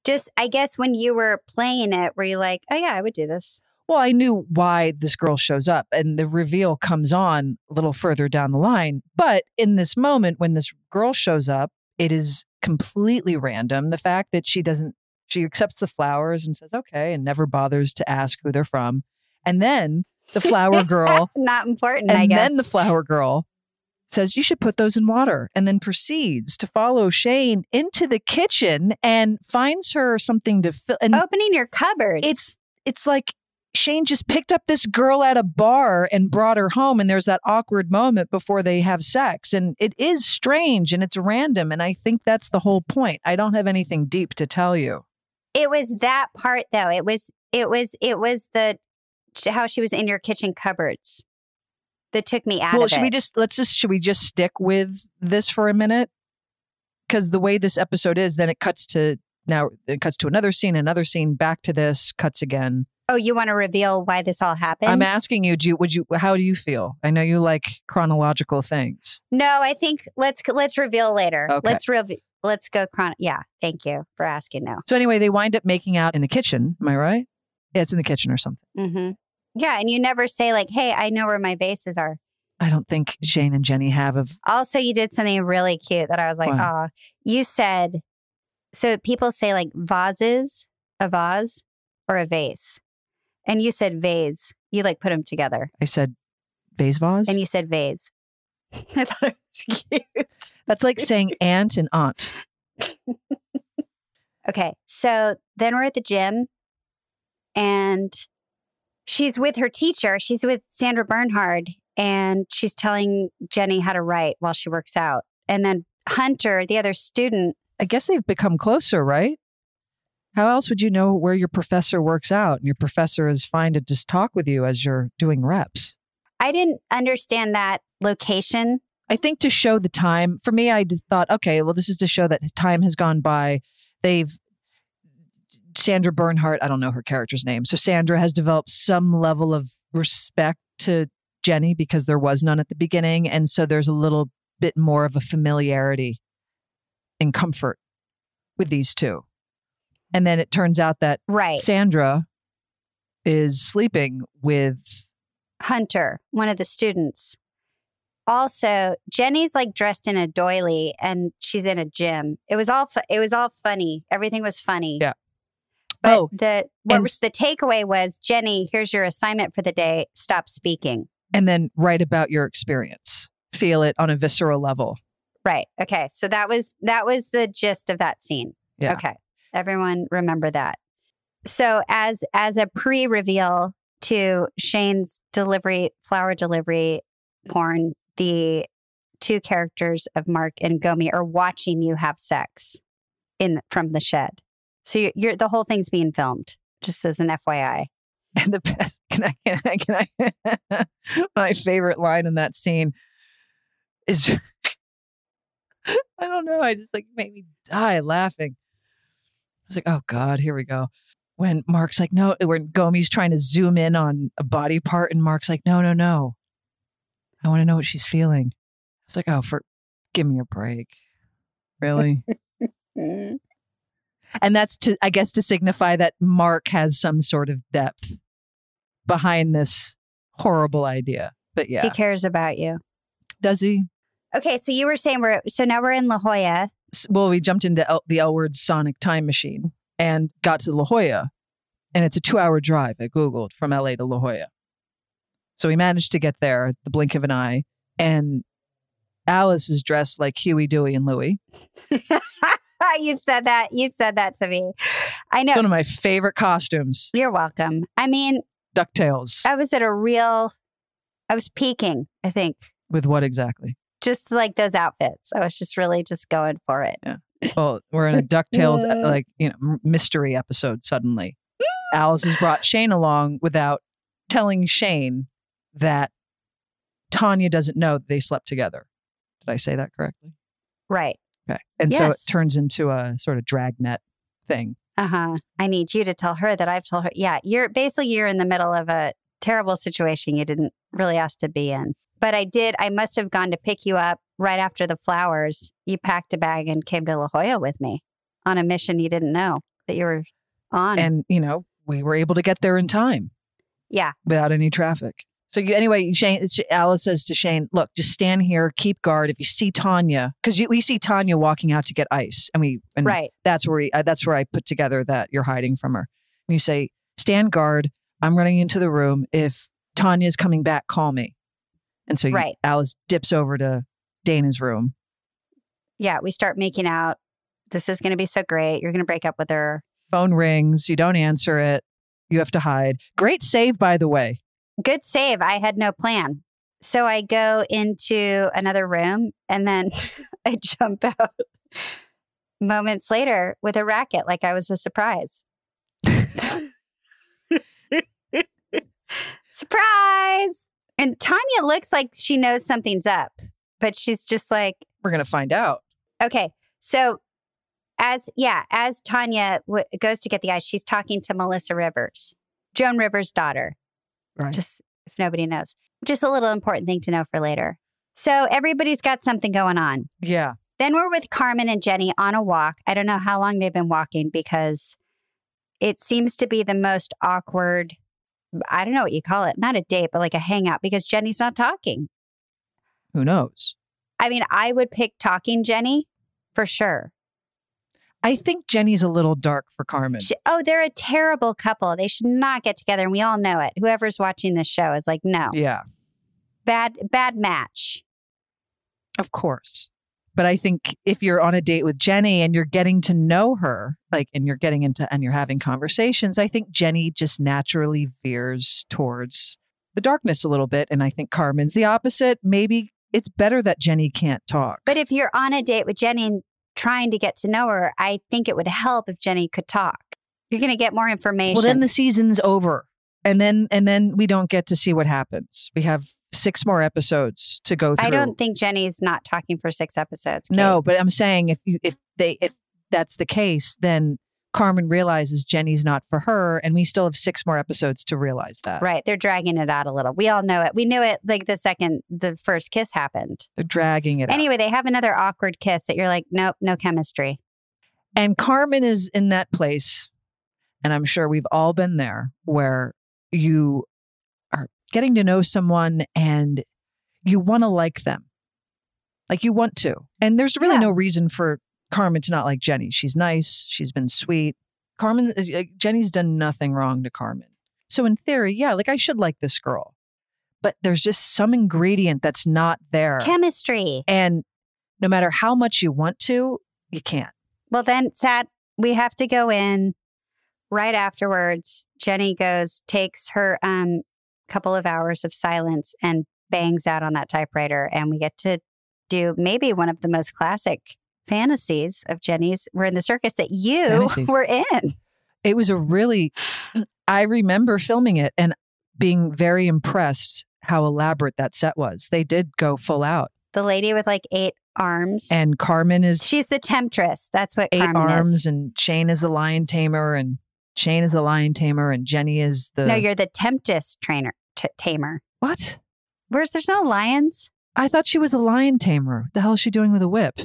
just I guess when you were playing it, were you like, oh yeah, I would do this?
Well, I knew why this girl shows up, and the reveal comes on a little further down the line. But in this moment, when this girl shows up, it is completely random. The fact that she doesn't, she accepts the flowers and says, okay, and never bothers to ask who they're from. And then the flower girl,
Not important, I
Oh. and
guess.
then the flower girl says, you should put those in water, and then proceeds to follow Shane into the kitchen and finds her something to fill. And
opening your cupboard.
it's it's like Shane just picked up this girl at a bar and brought her home and there's that awkward moment before they have sex and it is strange and it's random and I think that's the whole point. I don't have anything deep to tell you.
it was that part though. It was it was it was the how she was in your kitchen cupboards that took me out
well,
of
should we
it.
just let's just should we just stick with this for a minute? Cuz the way this episode is then it cuts to Now it cuts to another scene, another scene, back to this, cuts again.
Oh, you want to reveal why this all happened?
I'm asking you, do you, would you, how do you feel? I know you like chronological things.
no, I think let's let's reveal later.
Okay.
Let's reveal. Let's go chron. Yeah, thank you for asking. No.
So anyway, they wind up making out in the kitchen. Am I right? Yeah, it's in the kitchen or something.
hmm Yeah, and you never say like, "Hey, I know where my vases are."
I don't think Shane and Jenny have of
Also, you did something really cute that I was like,
What?
"Oh," you said. So people say like vases, a vase, or a vase, and you said vase. You like put them together,
I said vase vase.
and you said vase. I thought it was cute.
That's like saying aunt and aunt.
Okay. So then we're at the gym and she's with her teacher. She's with Sandra Bernhard and she's telling Jenny how to write while she works out. And then Hunter, the other student,
I guess they've become closer, right? How else would you know where your professor works out and your professor is fine to just talk with you as you're doing reps?
I didn't understand that location.
I think to show the time, for me, I just thought, okay, well, this is to show that time has gone by. They've, Sandra Bernhardt, I don't know her character's name. So Sandra has developed some level of respect to Jenny because there was none at the beginning. And so there's a little bit more of a familiarity and comfort with these two. And then it turns out that
Right.
Sandra is sleeping with
Hunter, one of the students. Also, Jenny's like dressed in a doily and she's in a gym. It was all fu- it was all funny. Everything was funny.
Yeah.
But
Oh,
the what
and
was the takeaway was Jenny, here's your assignment for the day. Stop speaking.
and then write about your experience. Feel it on a visceral level.
Right. Okay. So that was that was the gist of that scene.
Yeah.
Okay. Everyone remember that. So as as a pre-reveal to Shane's delivery flower delivery porn, the two characters of Mark and Gomi are watching you have sex in from the shed. So you're, you're the whole thing's being filmed. Just as an FYI.
And the best can I can I can I my favorite line in that scene is I don't know, I just like made me die laughing. I was like, oh God, here we go. When Mark's like, no, when Gomi's trying to zoom in on a body part, and Mark's like, no, no, no. I want to know what she's feeling. I was like, oh, for give me a break. Really? and that's to i guess to signify that mark has some sort of depth behind this horrible idea but yeah
He cares about you.
does he
Okay, so you were saying we're so now we're in La Jolla.
s- well we jumped into L- the l word sonic time machine and got to la jolla and it's a two hour drive i googled from la to la jolla so we managed to get there at the blink of an eye and alice is dressed like huey dewey and louie
you've said that. You've said that to me. I know.
one of my favorite costumes
You're welcome. I mean,
ducktales
I was at a real, I was peaking, I think,
with what exactly
just like those outfits. I was just really just going for it.
Well, we're in a DuckTales uh,
Yeah.
like you know m- mystery episode suddenly. Alice has brought Shane along without telling Shane that Tanya doesn't know that they slept together. Did I say that correctly?
Right.
Okay. And so it
Yes.
turns into a sort of dragnet thing.
Uh huh. I need you to tell her that I've told her. Yeah. You're basically, you're in the middle of a terrible situation you didn't really ask to be in. But I did, I must have gone to pick you up right after the flowers. You packed a bag and came to La Jolla with me on a mission you didn't know that you were on.
And you know, we were able to get there in time
yeah.
without any traffic. So you anyway, Shane Sh- Alice says to Shane, "Look, just stand here, keep guard. If you see Tanya, because we see Tanya walking out to get ice, and we and
Right.
that's where he, uh, that's where I put together that you're hiding from her. And you say, "Stand guard. I'm running into the room. If Tanya's coming back, call me." And so you,
Right.
Alice dips over to Dana's room.
Yeah. We start making out. This is going to be so great. You're going to break up with her.
Phone rings. You don't answer it. You have to hide. Great save, by the way.
good save. I had no plan. So I go into another room and then I jump out moments later with a racket like I was a surprise. surprise. And Tanya looks like she knows something's up, but she's just like,
We're gonna find out.
okay. So as yeah, as Tanya w- goes to get the ice, she's talking to Melissa Rivers, Joan Rivers' daughter.
Right.
Just if nobody knows, just a little important thing to know for later. So everybody's got something going on.
yeah.
Then we're with Carmen and Jenny on a walk. I don't know how long they've been walking because it seems to be the most awkward. I don't know what you call it, not a date, but like a hangout because Jenny's not talking.
Who knows?
I mean, I would pick talking Jenny for sure.
I think Jenny's a little dark for Carmen.
She- oh, they're a terrible couple. They should not get together. And we all know it. Whoever's watching this show is like, no,
yeah,
bad, bad match.
of course. But I think if you're on a date with Jenny and you're getting to know her, like, and you're getting into and you're having conversations, I think Jenny just naturally veers towards the darkness a little bit. And I think Carmen's the opposite. Maybe it's better that Jenny can't talk.
But if you're on a date with Jenny and trying to get to know her, I think it would help if Jenny could talk. You're going to get more information.
well, then the season's over. And then, and then we don't get to see what happens. We have six more episodes to go through.
I don't think Jenny's not talking for six episodes. Kate.
No, but I'm saying if you if they if that's the case, then Carmen realizes Jenny's not for her, and we still have six more episodes to realize that.
Right. They're dragging it out a little. We all know it. We knew it like the second the first kiss happened.
They're dragging it. out.
Anyway, they have another awkward kiss that you're like, nope, no chemistry.
And Carmen is in that place, and I'm sure we've all been there where you are getting to know someone and you want to like them. Like you want to. And there's really
Yeah.
no reason for Carmen to not like Jenny. She's nice, she's been sweet. Carmen, is- uh, Jenny's done nothing wrong to Carmen. So, in theory, yeah, like I should like this girl. But there's just some ingredient that's not there.
Chemistry.
and no matter how much you want to, you can't.
Well, then, sad, we have to go in right afterwards. Jenny goes, takes her um, couple of hours of silence and bangs out on that typewriter. And we get to do maybe one of the most classic fantasies of Jenny's. We're in the circus that you
Fantasy.
were in.
it was a really i remember filming it and being very impressed how elaborate that set was they did go full out
The lady with like eight arms.
and carmen is
She's the temptress. That's what
eight
Carmen
arms
is.
and shane is the lion tamer and shane is the lion tamer and jenny is the
No, you're the temptress trainer t- tamer.
what
Where's there's no lions
i thought she was a lion tamer what the hell is she doing with a whip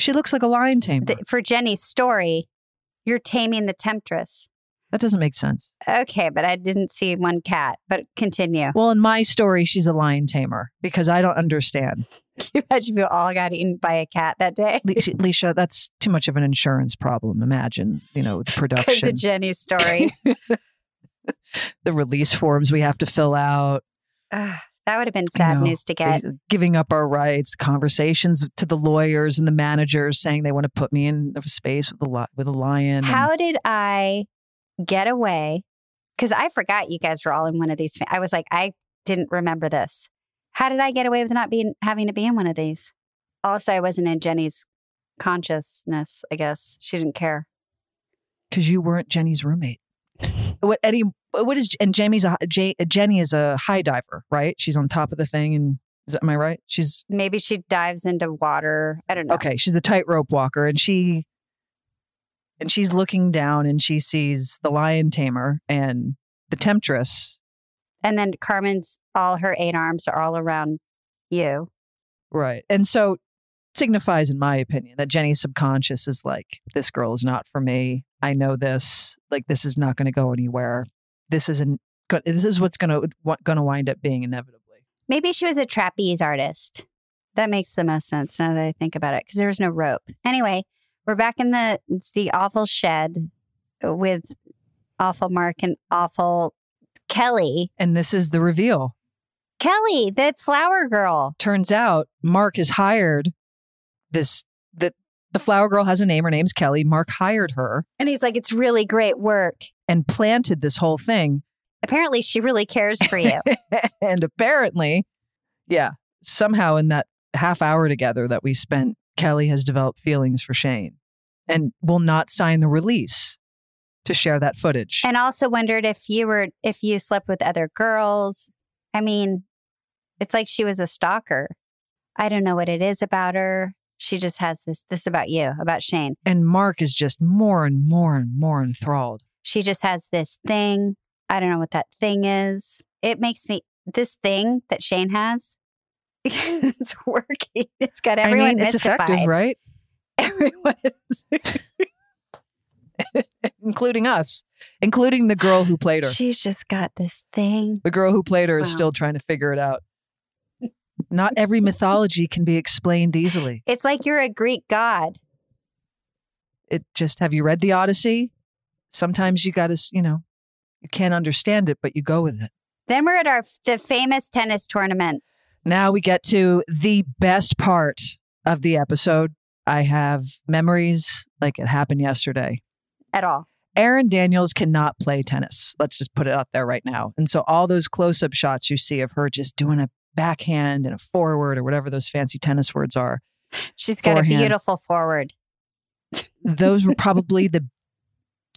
she looks like a lion tamer
Th- for Jenny's story. You're taming the temptress.
that doesn't make sense
Okay, but I didn't see one cat. But continue.
well in my story she's a lion tamer because i don't understand
Can you imagine if we all got eaten by a cat that day?
Le- leisha that's too much of an insurance problem imagine you know the
Because
production
of Jenny's story.
the release forms we have to fill out,
Ugh, that would have been
I
sad
know.
news to get.
giving up our rights, the conversations to the lawyers and the managers saying they want to put me in a space with a li- with a lion. and-
How did I get away? Because I forgot you guys were all in one of these. fa- I was like, I didn't remember this. How did I get away with not being having to be in one of these? Also, I wasn't in Jenny's consciousness. I guess she didn't care.
because you weren't Jenny's roommate. What Eddie? What is and Jamie's a, J, Jenny is a high diver, right? She's on top of the thing, and is that, am I right? She's
Maybe she dives into water. I don't know.
okay. She's a tightrope walker, and she and she's looking down, and she sees the lion tamer and the temptress,
And then Carmen's all her eight arms are all around you.
Right. And so signifies in my opinion that Jenny's subconscious is like this girl is not for me. I know this. Like this is not going to go anywhere. This isn't go- this is what's going to what going to wind up being inevitably.
Maybe she was a trapeze artist. That makes the most sense now that I think about it because there was no rope. Anyway, we're back in the it's the awful shed with awful Mark and awful Kelly.
And this is the reveal.
Kelly, the flower girl.
Turns out Mark has hired this that the flower girl has a name her name's Kelly. Mark hired her
And he's like, it's really great work.
and planted this whole thing
Apparently, she really cares for you.
and apparently, yeah, somehow in that half hour together that we spent, Kelly has developed feelings for Shane and will not sign the release to share that footage.
and also wondered if you were, if you slept with other girls. I mean, it's like she was a stalker. I don't know what it is about her. She just has this, this about you, about Shane.
And Mark is just more and more and more enthralled.
She just has this thing. I don't know what that thing is. It makes me, this thing that Shane has, it's working. It's got everyone
I mean, it's
mystified.
effective, right?
Everyone is.
including us, including the girl who played her.
She's just got this thing.
The girl who played her is
Wow.
still trying to figure it out. Not every mythology can be explained easily.
It's like you're a Greek god.
It just have you read the Odyssey? Sometimes you got to, you know, you can't understand it, but you go with it.
Then we're at our the famous tennis tournament.
Now we get to the best part of the episode. I have memories like it happened yesterday.
At all,
Aaron Daniels cannot play tennis. Let's just put it out there right now. And so all those close up shots you see of her just doing a backhand and a forward or whatever those fancy tennis words are,
she's got a
Forehand.
beautiful forward.
those were probably the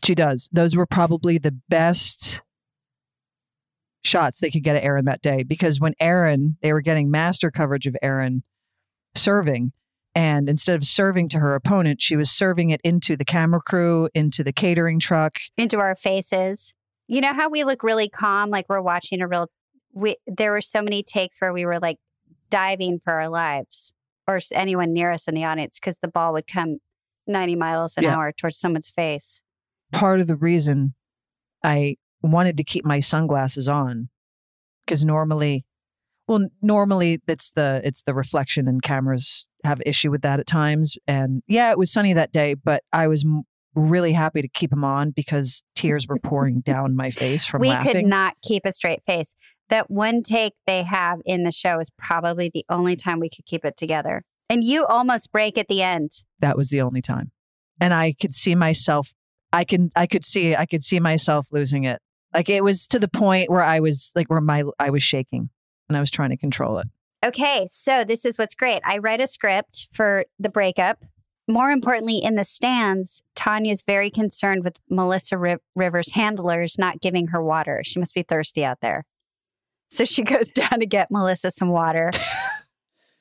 she does. Those were probably the best shots they could get at Aaron that day because when Aaron, they were getting master coverage of Aaron serving. And instead of serving to her opponent, she was serving it into the camera crew, into the catering truck,
into our faces. You know how we look really calm, like we're watching a real. We there were so many takes where we were like diving for our lives, or s- anyone near us in the audience, because the ball would come ninety miles an
Yeah.
hour towards someone's face.
part of the reason I wanted to keep my sunglasses on because normally, well, n- normally that's the it's the reflection and cameras have issue with that at times. And yeah, it was sunny that day, but I was m- really happy to keep them on because tears were pouring down my face from
we
laughing.
could not keep a straight face. That one take they have in the show is probably the only time we could keep it together. And you almost break at the end.
that was the only time, and I could see myself. I can I could see I could see myself losing it. Like it was to the point where I was like where my I was shaking and I was trying to control it.
Okay, so this is what's great. I write a script for the breakup. More importantly, in the stands, Tanya's very concerned with Melissa Ri- Rivers' handlers not giving her water. She must be thirsty out there. So she goes down to get Melissa some water.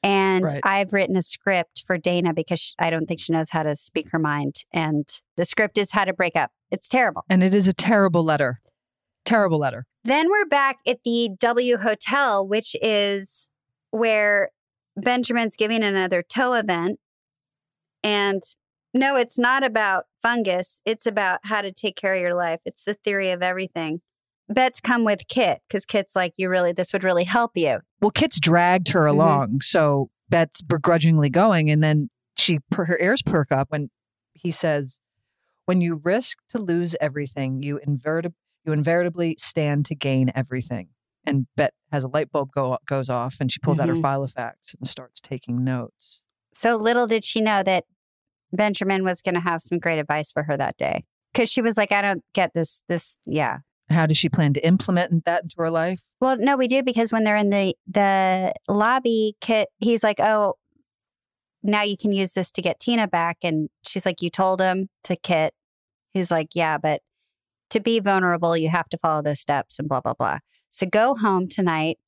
and
Right.
I've written a script for Dana because she, I don't think she knows how to speak her mind. And the script is how to break up. It's terrible.
and it is a terrible letter. Terrible letter.
Then we're back at the W Hotel, which is where Benjamin's giving another toe event. And no, it's not about fungus, it's about how to take care of your life. It's the theory of everything. Bets come with Kit because Kit's like, you really, this would really help you.
Well, Kit's dragged her
Mhm.
along, so Bet's begrudgingly going, and then she per, her ears perk up when he says, "When you risk to lose everything, you invertib- you invariably stand to gain everything." And Bet has a light bulb go goes off, and she pulls out her
Mhm.
file of facts and starts taking notes.
So little did she know that Benjamin was going to have some great advice for her that day because she was like, I don't get this, this, yeah.
How does she plan to implement that into her life?
Well, no, we do because when they're in the the lobby, Kit, he's like, "Oh, now you can use this to get Tina back," and she's like, "You told him to Kit." He's like, "Yeah, but to be vulnerable, you have to follow those steps and blah blah blah." So go home tonight.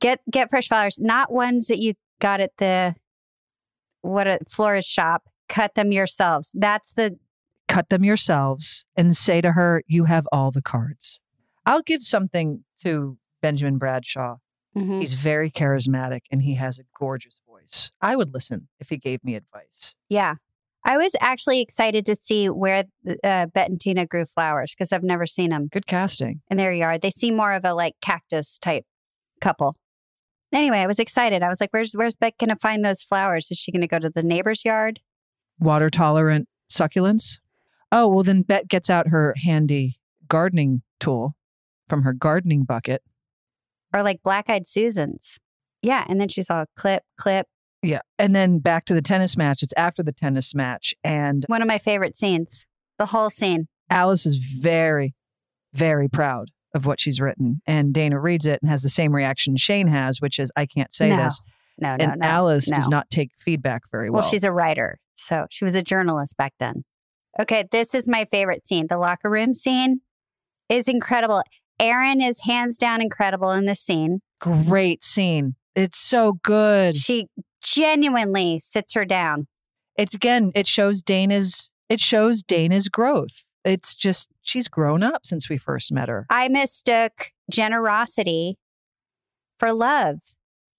Get get fresh flowers, not ones that you got at the what a florist shop. Cut them yourselves. That's the
cut them yourselves and say to her, You have all the cards. I'll give something to Benjamin Bradshaw.
Mm.
He's very charismatic and he has a gorgeous voice. I would listen if he gave me advice.
Yeah. I was actually excited to see where uh, Bet and Tina grew flowers because I've never seen them.
Good casting.
And there you are. They seem more of a like cactus type couple. Anyway, I was excited. I was like, where's where's Bet going to find those flowers? Is she going to go to the neighbor's yard?
Water tolerant succulents. Oh, well, then Bet gets out her handy gardening tool from her gardening bucket.
Or like black eyed Susans? Yeah. And then she's all clip, clip.
Yeah. And then back to the tennis match. It's after the tennis match. And
One of my favorite scenes, the whole scene.
Alice is very, very proud of what she's written. And Dana reads it and has the same reaction Shane has, which is, I can't say
No,
this.
No, no,
And
no.
Alice does
no.
not take feedback very well.
Well, she's a writer. So she was a journalist back then. Okay, this is my favorite scene. The locker room scene is incredible. Erin is hands down incredible in this scene.
great scene. It's so good.
She genuinely sits her down.
It's again, it shows Dana's it shows Dana's growth. It's just she's grown up since we first met her.
I mistook generosity for love.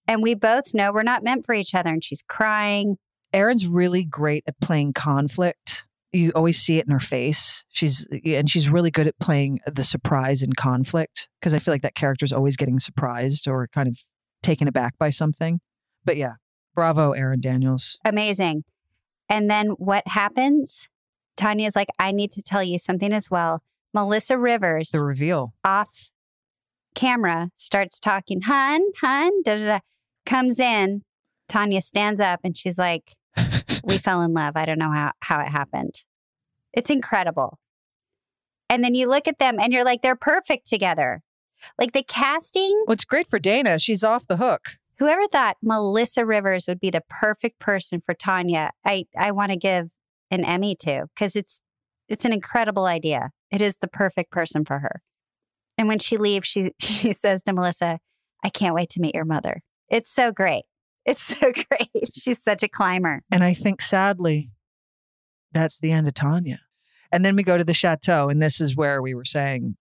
And we both know we're not meant for each other. And she's crying.
Erin's really great at playing conflict. You always see it in her face. She's and she's really good at playing the surprise in conflict because I feel like that character's always getting surprised or kind of taken aback by something. But yeah, bravo, Erin Daniels.
Amazing. And then what happens? Tanya's like, I need to tell you something as well. Melissa Rivers
The reveal.
off camera starts talking, hun, hun, da da da, comes in. Tanya stands up and she's like, We fell in love. I don't know how, how it happened. It's incredible. And then you look at them and you're like, They're perfect together. Like the casting,
What's great for Dana, she's off the hook.
whoever thought Melissa Rivers would be the perfect person for Tanya, I, I want to give an Emmy to because it's it's an incredible idea. It is the perfect person for her. And when she leaves, she she says to Melissa, "I can't wait to meet your mother. It's so great. It's so great. She's such a climber."
And I think sadly, that's the end of Tanya. And then we go to the chateau, and this is where we were saying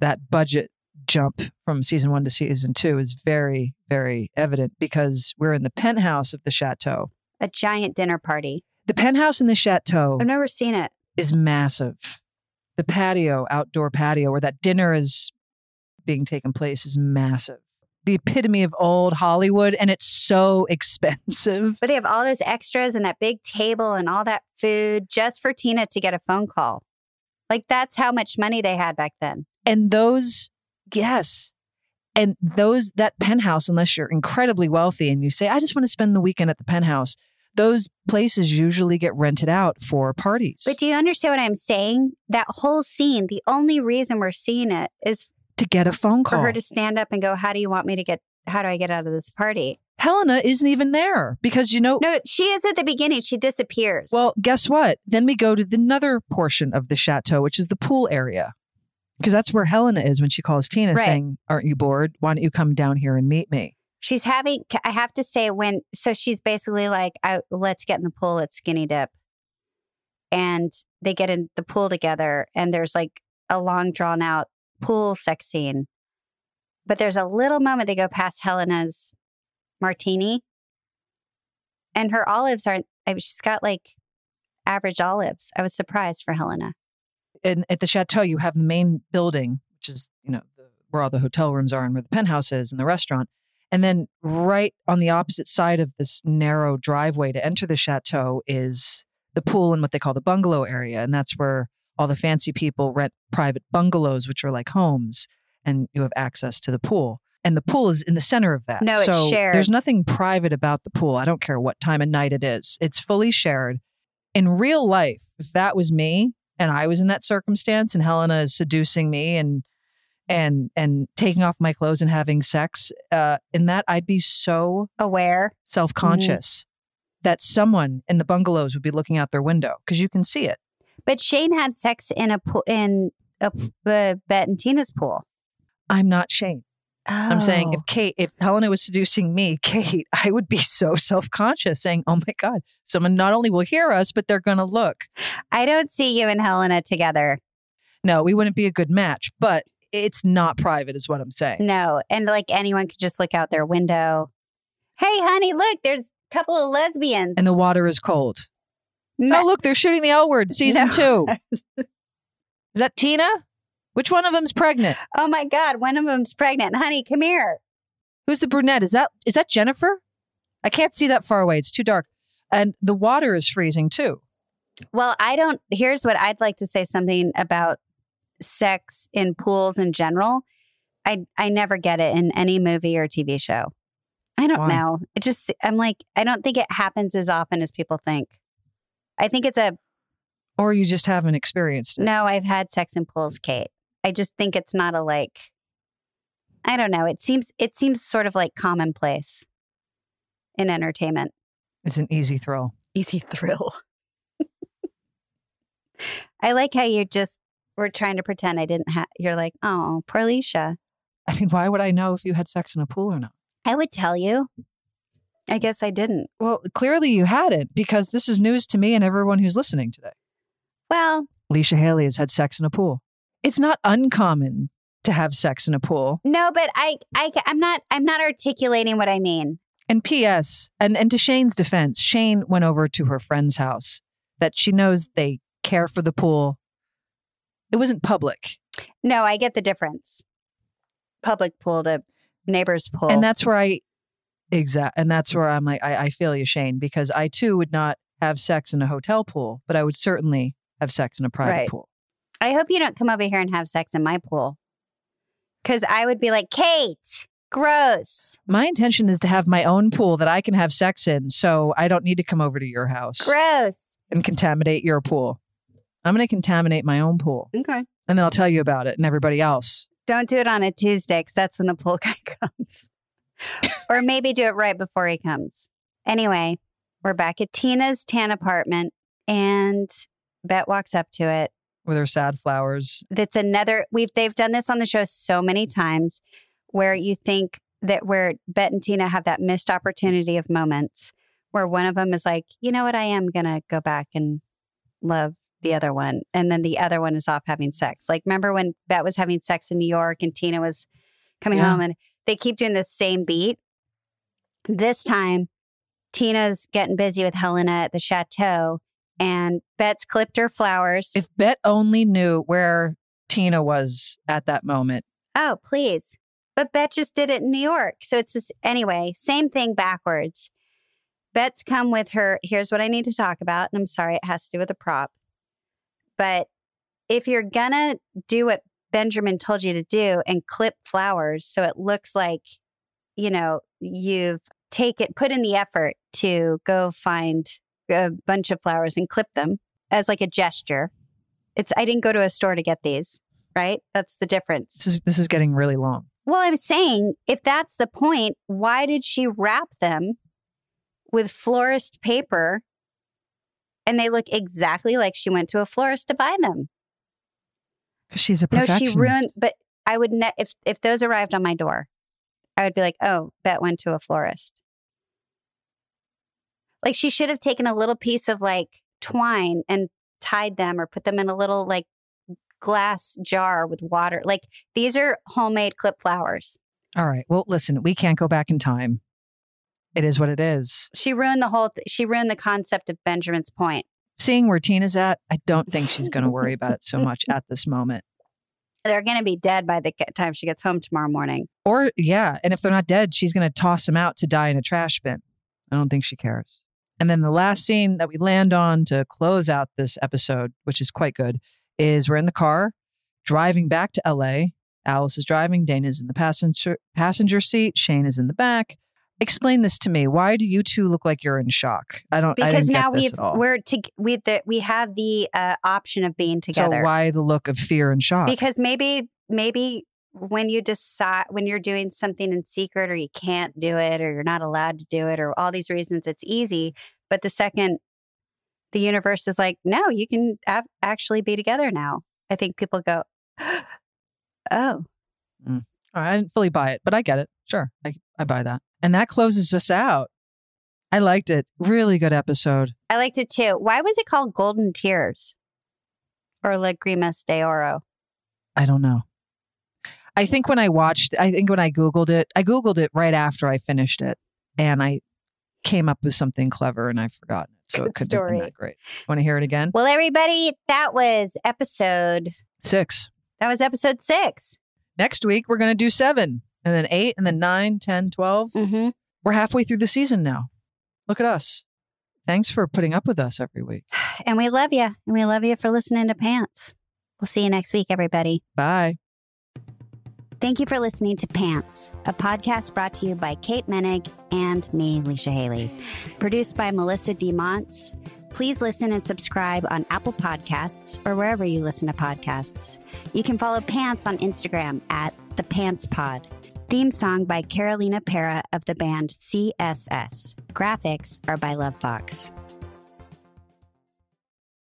that budget jump from season one to season two is very, very evident because we're in the penthouse of the chateau.
A giant dinner party.
The penthouse in the chateau
I've never seen it.
is massive. The patio, outdoor patio where that dinner is being taken place, is massive. The epitome of old Hollywood, and it's so expensive.
But they have all those extras and that big table and all that food just for Tina to get a phone call. Like that's how much money they had back then.
and those yes and those that penthouse unless you're incredibly wealthy and you say i just want to spend the weekend at the penthouse those places usually get rented out for parties
But do you understand what I'm saying? That whole scene, the only reason we're seeing it is
to get a phone
for
call
her to stand up and go, How do you want me to get, how do I get out of this party?
helena isn't even there because you know
No, she is at the beginning. She disappears.
well guess what then we go to the another portion of the chateau which is the pool area because that's where helena is when she calls tina
Right.
saying aren't you bored why don't you come down here and meet me
she's having, I have to say, when, so she's basically like, I, Let's get in the pool, let's skinny dip. And they get in the pool together, and there's like a long drawn out pool sex scene. But there's a little moment they go past Helena's martini, and her olives aren't. I mean, she's got like average olives. I was surprised for Helena.
and at the chateau you have the main building which is you know the, where all the hotel rooms are and where the penthouse is and the restaurant and then right on the opposite side of this narrow driveway to enter the chateau is the pool and what they call the bungalow area and that's where all the fancy people rent private bungalows which are like homes and you have access to the pool and the pool is in the center of that
No, it's
so there's
shared.
nothing private about the pool i don't care what time of night it is it's fully shared in real life if that was me and I was in that circumstance and Helena is seducing me and and and taking off my clothes and having sex uh in that I'd be so
Aware.
self-conscious
Mm.
that someone in the bungalows would be looking out their window cuz you can see it
But Shane had sex in a pool in a uh, Bet and Tina's pool.
I'm not Shane I'm saying
Oh.
if Kate if Helena was seducing me Kate I would be so self-conscious saying oh my god someone not only will hear us but they're going to look
I don't see you and Helena together.
no we wouldn't be a good match but it's not private is what I'm saying
No, and like anyone could just look out their window. Hey, honey, look, there's a couple of lesbians.
and the water is cold
Ma-
oh, look, they're shooting the L word, season
No.
two. Is that Tina? Which one of them's pregnant?
oh my God, one of them's pregnant. Honey, come here.
Who's the brunette? Is that is that Jennifer? I can't see that far away. It's too dark. And the water is freezing too.
Well, I don't. Here's what I'd like to say something about sex in pools in general. I I never get it in any movie or TV show. I don't
Why?
know. It just I'm like I don't think it happens as often as people think. I think it's a
Or you just haven't experienced it.
no. I've had sex in pools, Kate. I just think it's not a like. I don't know. It seems it seems sort of like commonplace in entertainment.
It's an easy thrill.
Easy thrill. I like how you just were trying to pretend I didn't have. You're like, oh, poor Alicia.
I mean, why would I know if you had sex in a pool or not?
I would tell you. I guess I didn't.
Well, clearly you hadn't because this is news to me and everyone who's listening today.
Well,
Leisha Haley has had sex in a pool. It's not uncommon to have sex in a pool.
no, but I, I, I'm not, I'm not articulating what I mean.
And P.S. and and to Shane's defense, Shane went over to her friend's house that she knows they care for the pool. It wasn't public,
No, I get the difference. Public pool to neighbor's pool.
and that's where I exact and that's where I'm like I, I feel you, Shane, because I too would not have sex in a hotel pool, but I would certainly have sex in a private
Right.
pool.
I hope you don't come over here and have sex in my pool. Cause I would be like, Kate, gross,
My intention is to have my own pool that I can have sex in, so I don't need to come over to your house
gross.
and contaminate your pool. I'm going to contaminate my own pool,
Okay.
and then I'll tell you about it and everybody else.
Don't do it on a Tuesday because that's when the pool guy comes. or maybe do it right before he comes. Anyway, we're back at Tina's tan apartment and Bet walks up to it.
with her sad flowers.
That's another we've they've done this on the show so many times where you think that where Bet and Tina have that missed opportunity of moments where one of them is like, you know what, I am gonna go back and love the other one. And then the other one is off having sex. Like remember when Bet was having sex in New York and Tina was coming
Yeah.
home and they keep doing the same beat. This time Tina's getting busy with Helena at the chateau and Bet's clipped her flowers.
If Bet only knew where Tina was at that moment,
Oh, please. But Bet just did it in New York. So it's this, anyway, same thing backwards. Bet's come with her. Here's what I need to talk about. And I'm sorry, it has to do with a prop. But if you're going to do what Benjamin told you to do and clip flowers so it looks like, you know, you've take it, put in the effort to go find a bunch of flowers and clip them as like a gesture. It's, I didn't go to a store to get these, right? That's the difference.
this is this is getting really long.
Well, I'm saying if that's the point, why did she wrap them with florist paper and they look exactly like she went to a florist to buy them?
'Cause She's a
No,
perfectionist.
she ruined but I would ne- if if those arrived on my door, I would be like, "Oh, Bet went to a florist." Like she should have taken a little piece of like twine and tied them or put them in a little like glass jar with water. Like these are homemade clip flowers.
All right. Well, listen, we can't go back in time. It is what it is.
she ruined the whole th- she ruined the concept of benjamin's point
Seeing where Tina's at, I don't think she's going to worry about it so much at this moment.
they're going to be dead by the ca- time she gets home tomorrow morning
Or yeah, and if they're not dead, she's going to toss them out to die in a trash bin. I don't think she cares. And then the last scene that we land on to close out this episode, which is quite good, is we're in the car driving back to LA. Alice is driving, Dana's in the passenger passenger seat, Shane is in the back. Explain this to me. Why do you two look like you're in shock? I don't. I
because
didn't
now
get this
we've
at all.
we're to we the, we have the uh, option of being
So
together
why the look of fear and shock?
because maybe maybe when you decide when you're doing something in secret or you can't do it or you're not allowed to do it or all these reasons it's easy but the second the universe is like no you can a- actually be together now i think people go oh
All right, I didn't fully buy it, but I get it. Sure, I, I buy that. And that closes us out. I liked it. Really good episode.
I liked it too. Why was it called Golden Tears or La Grimas de Oro?
I don't know. I think when I watched, I think when I Googled it, I Googled it right after I finished it and I came up with something clever and I've forgotten it. So
Good
it couldn't have been
story.
that great. Want to hear it again?
Well, everybody, that was episode
Six.
that was episode 6
Next week, we're going to do seven and then eight and then nine, 10, 12.
Mm-hmm.
We're halfway through the season now. Look at us. Thanks for putting up with us every week.
And we love you, and we love you for listening to Pants. We'll see you next week, everybody.
Bye.
Thank you for listening to Pants, a podcast brought to you by Kate Menig and me, Leisha Haley. Produced by Melissa DeMonts. Please listen and subscribe on Apple Podcasts or wherever you listen to podcasts. You can follow Pants on Instagram at The Pants Pod. Theme song by Carolina Para of the band CSS. Graphics are by Love Fox.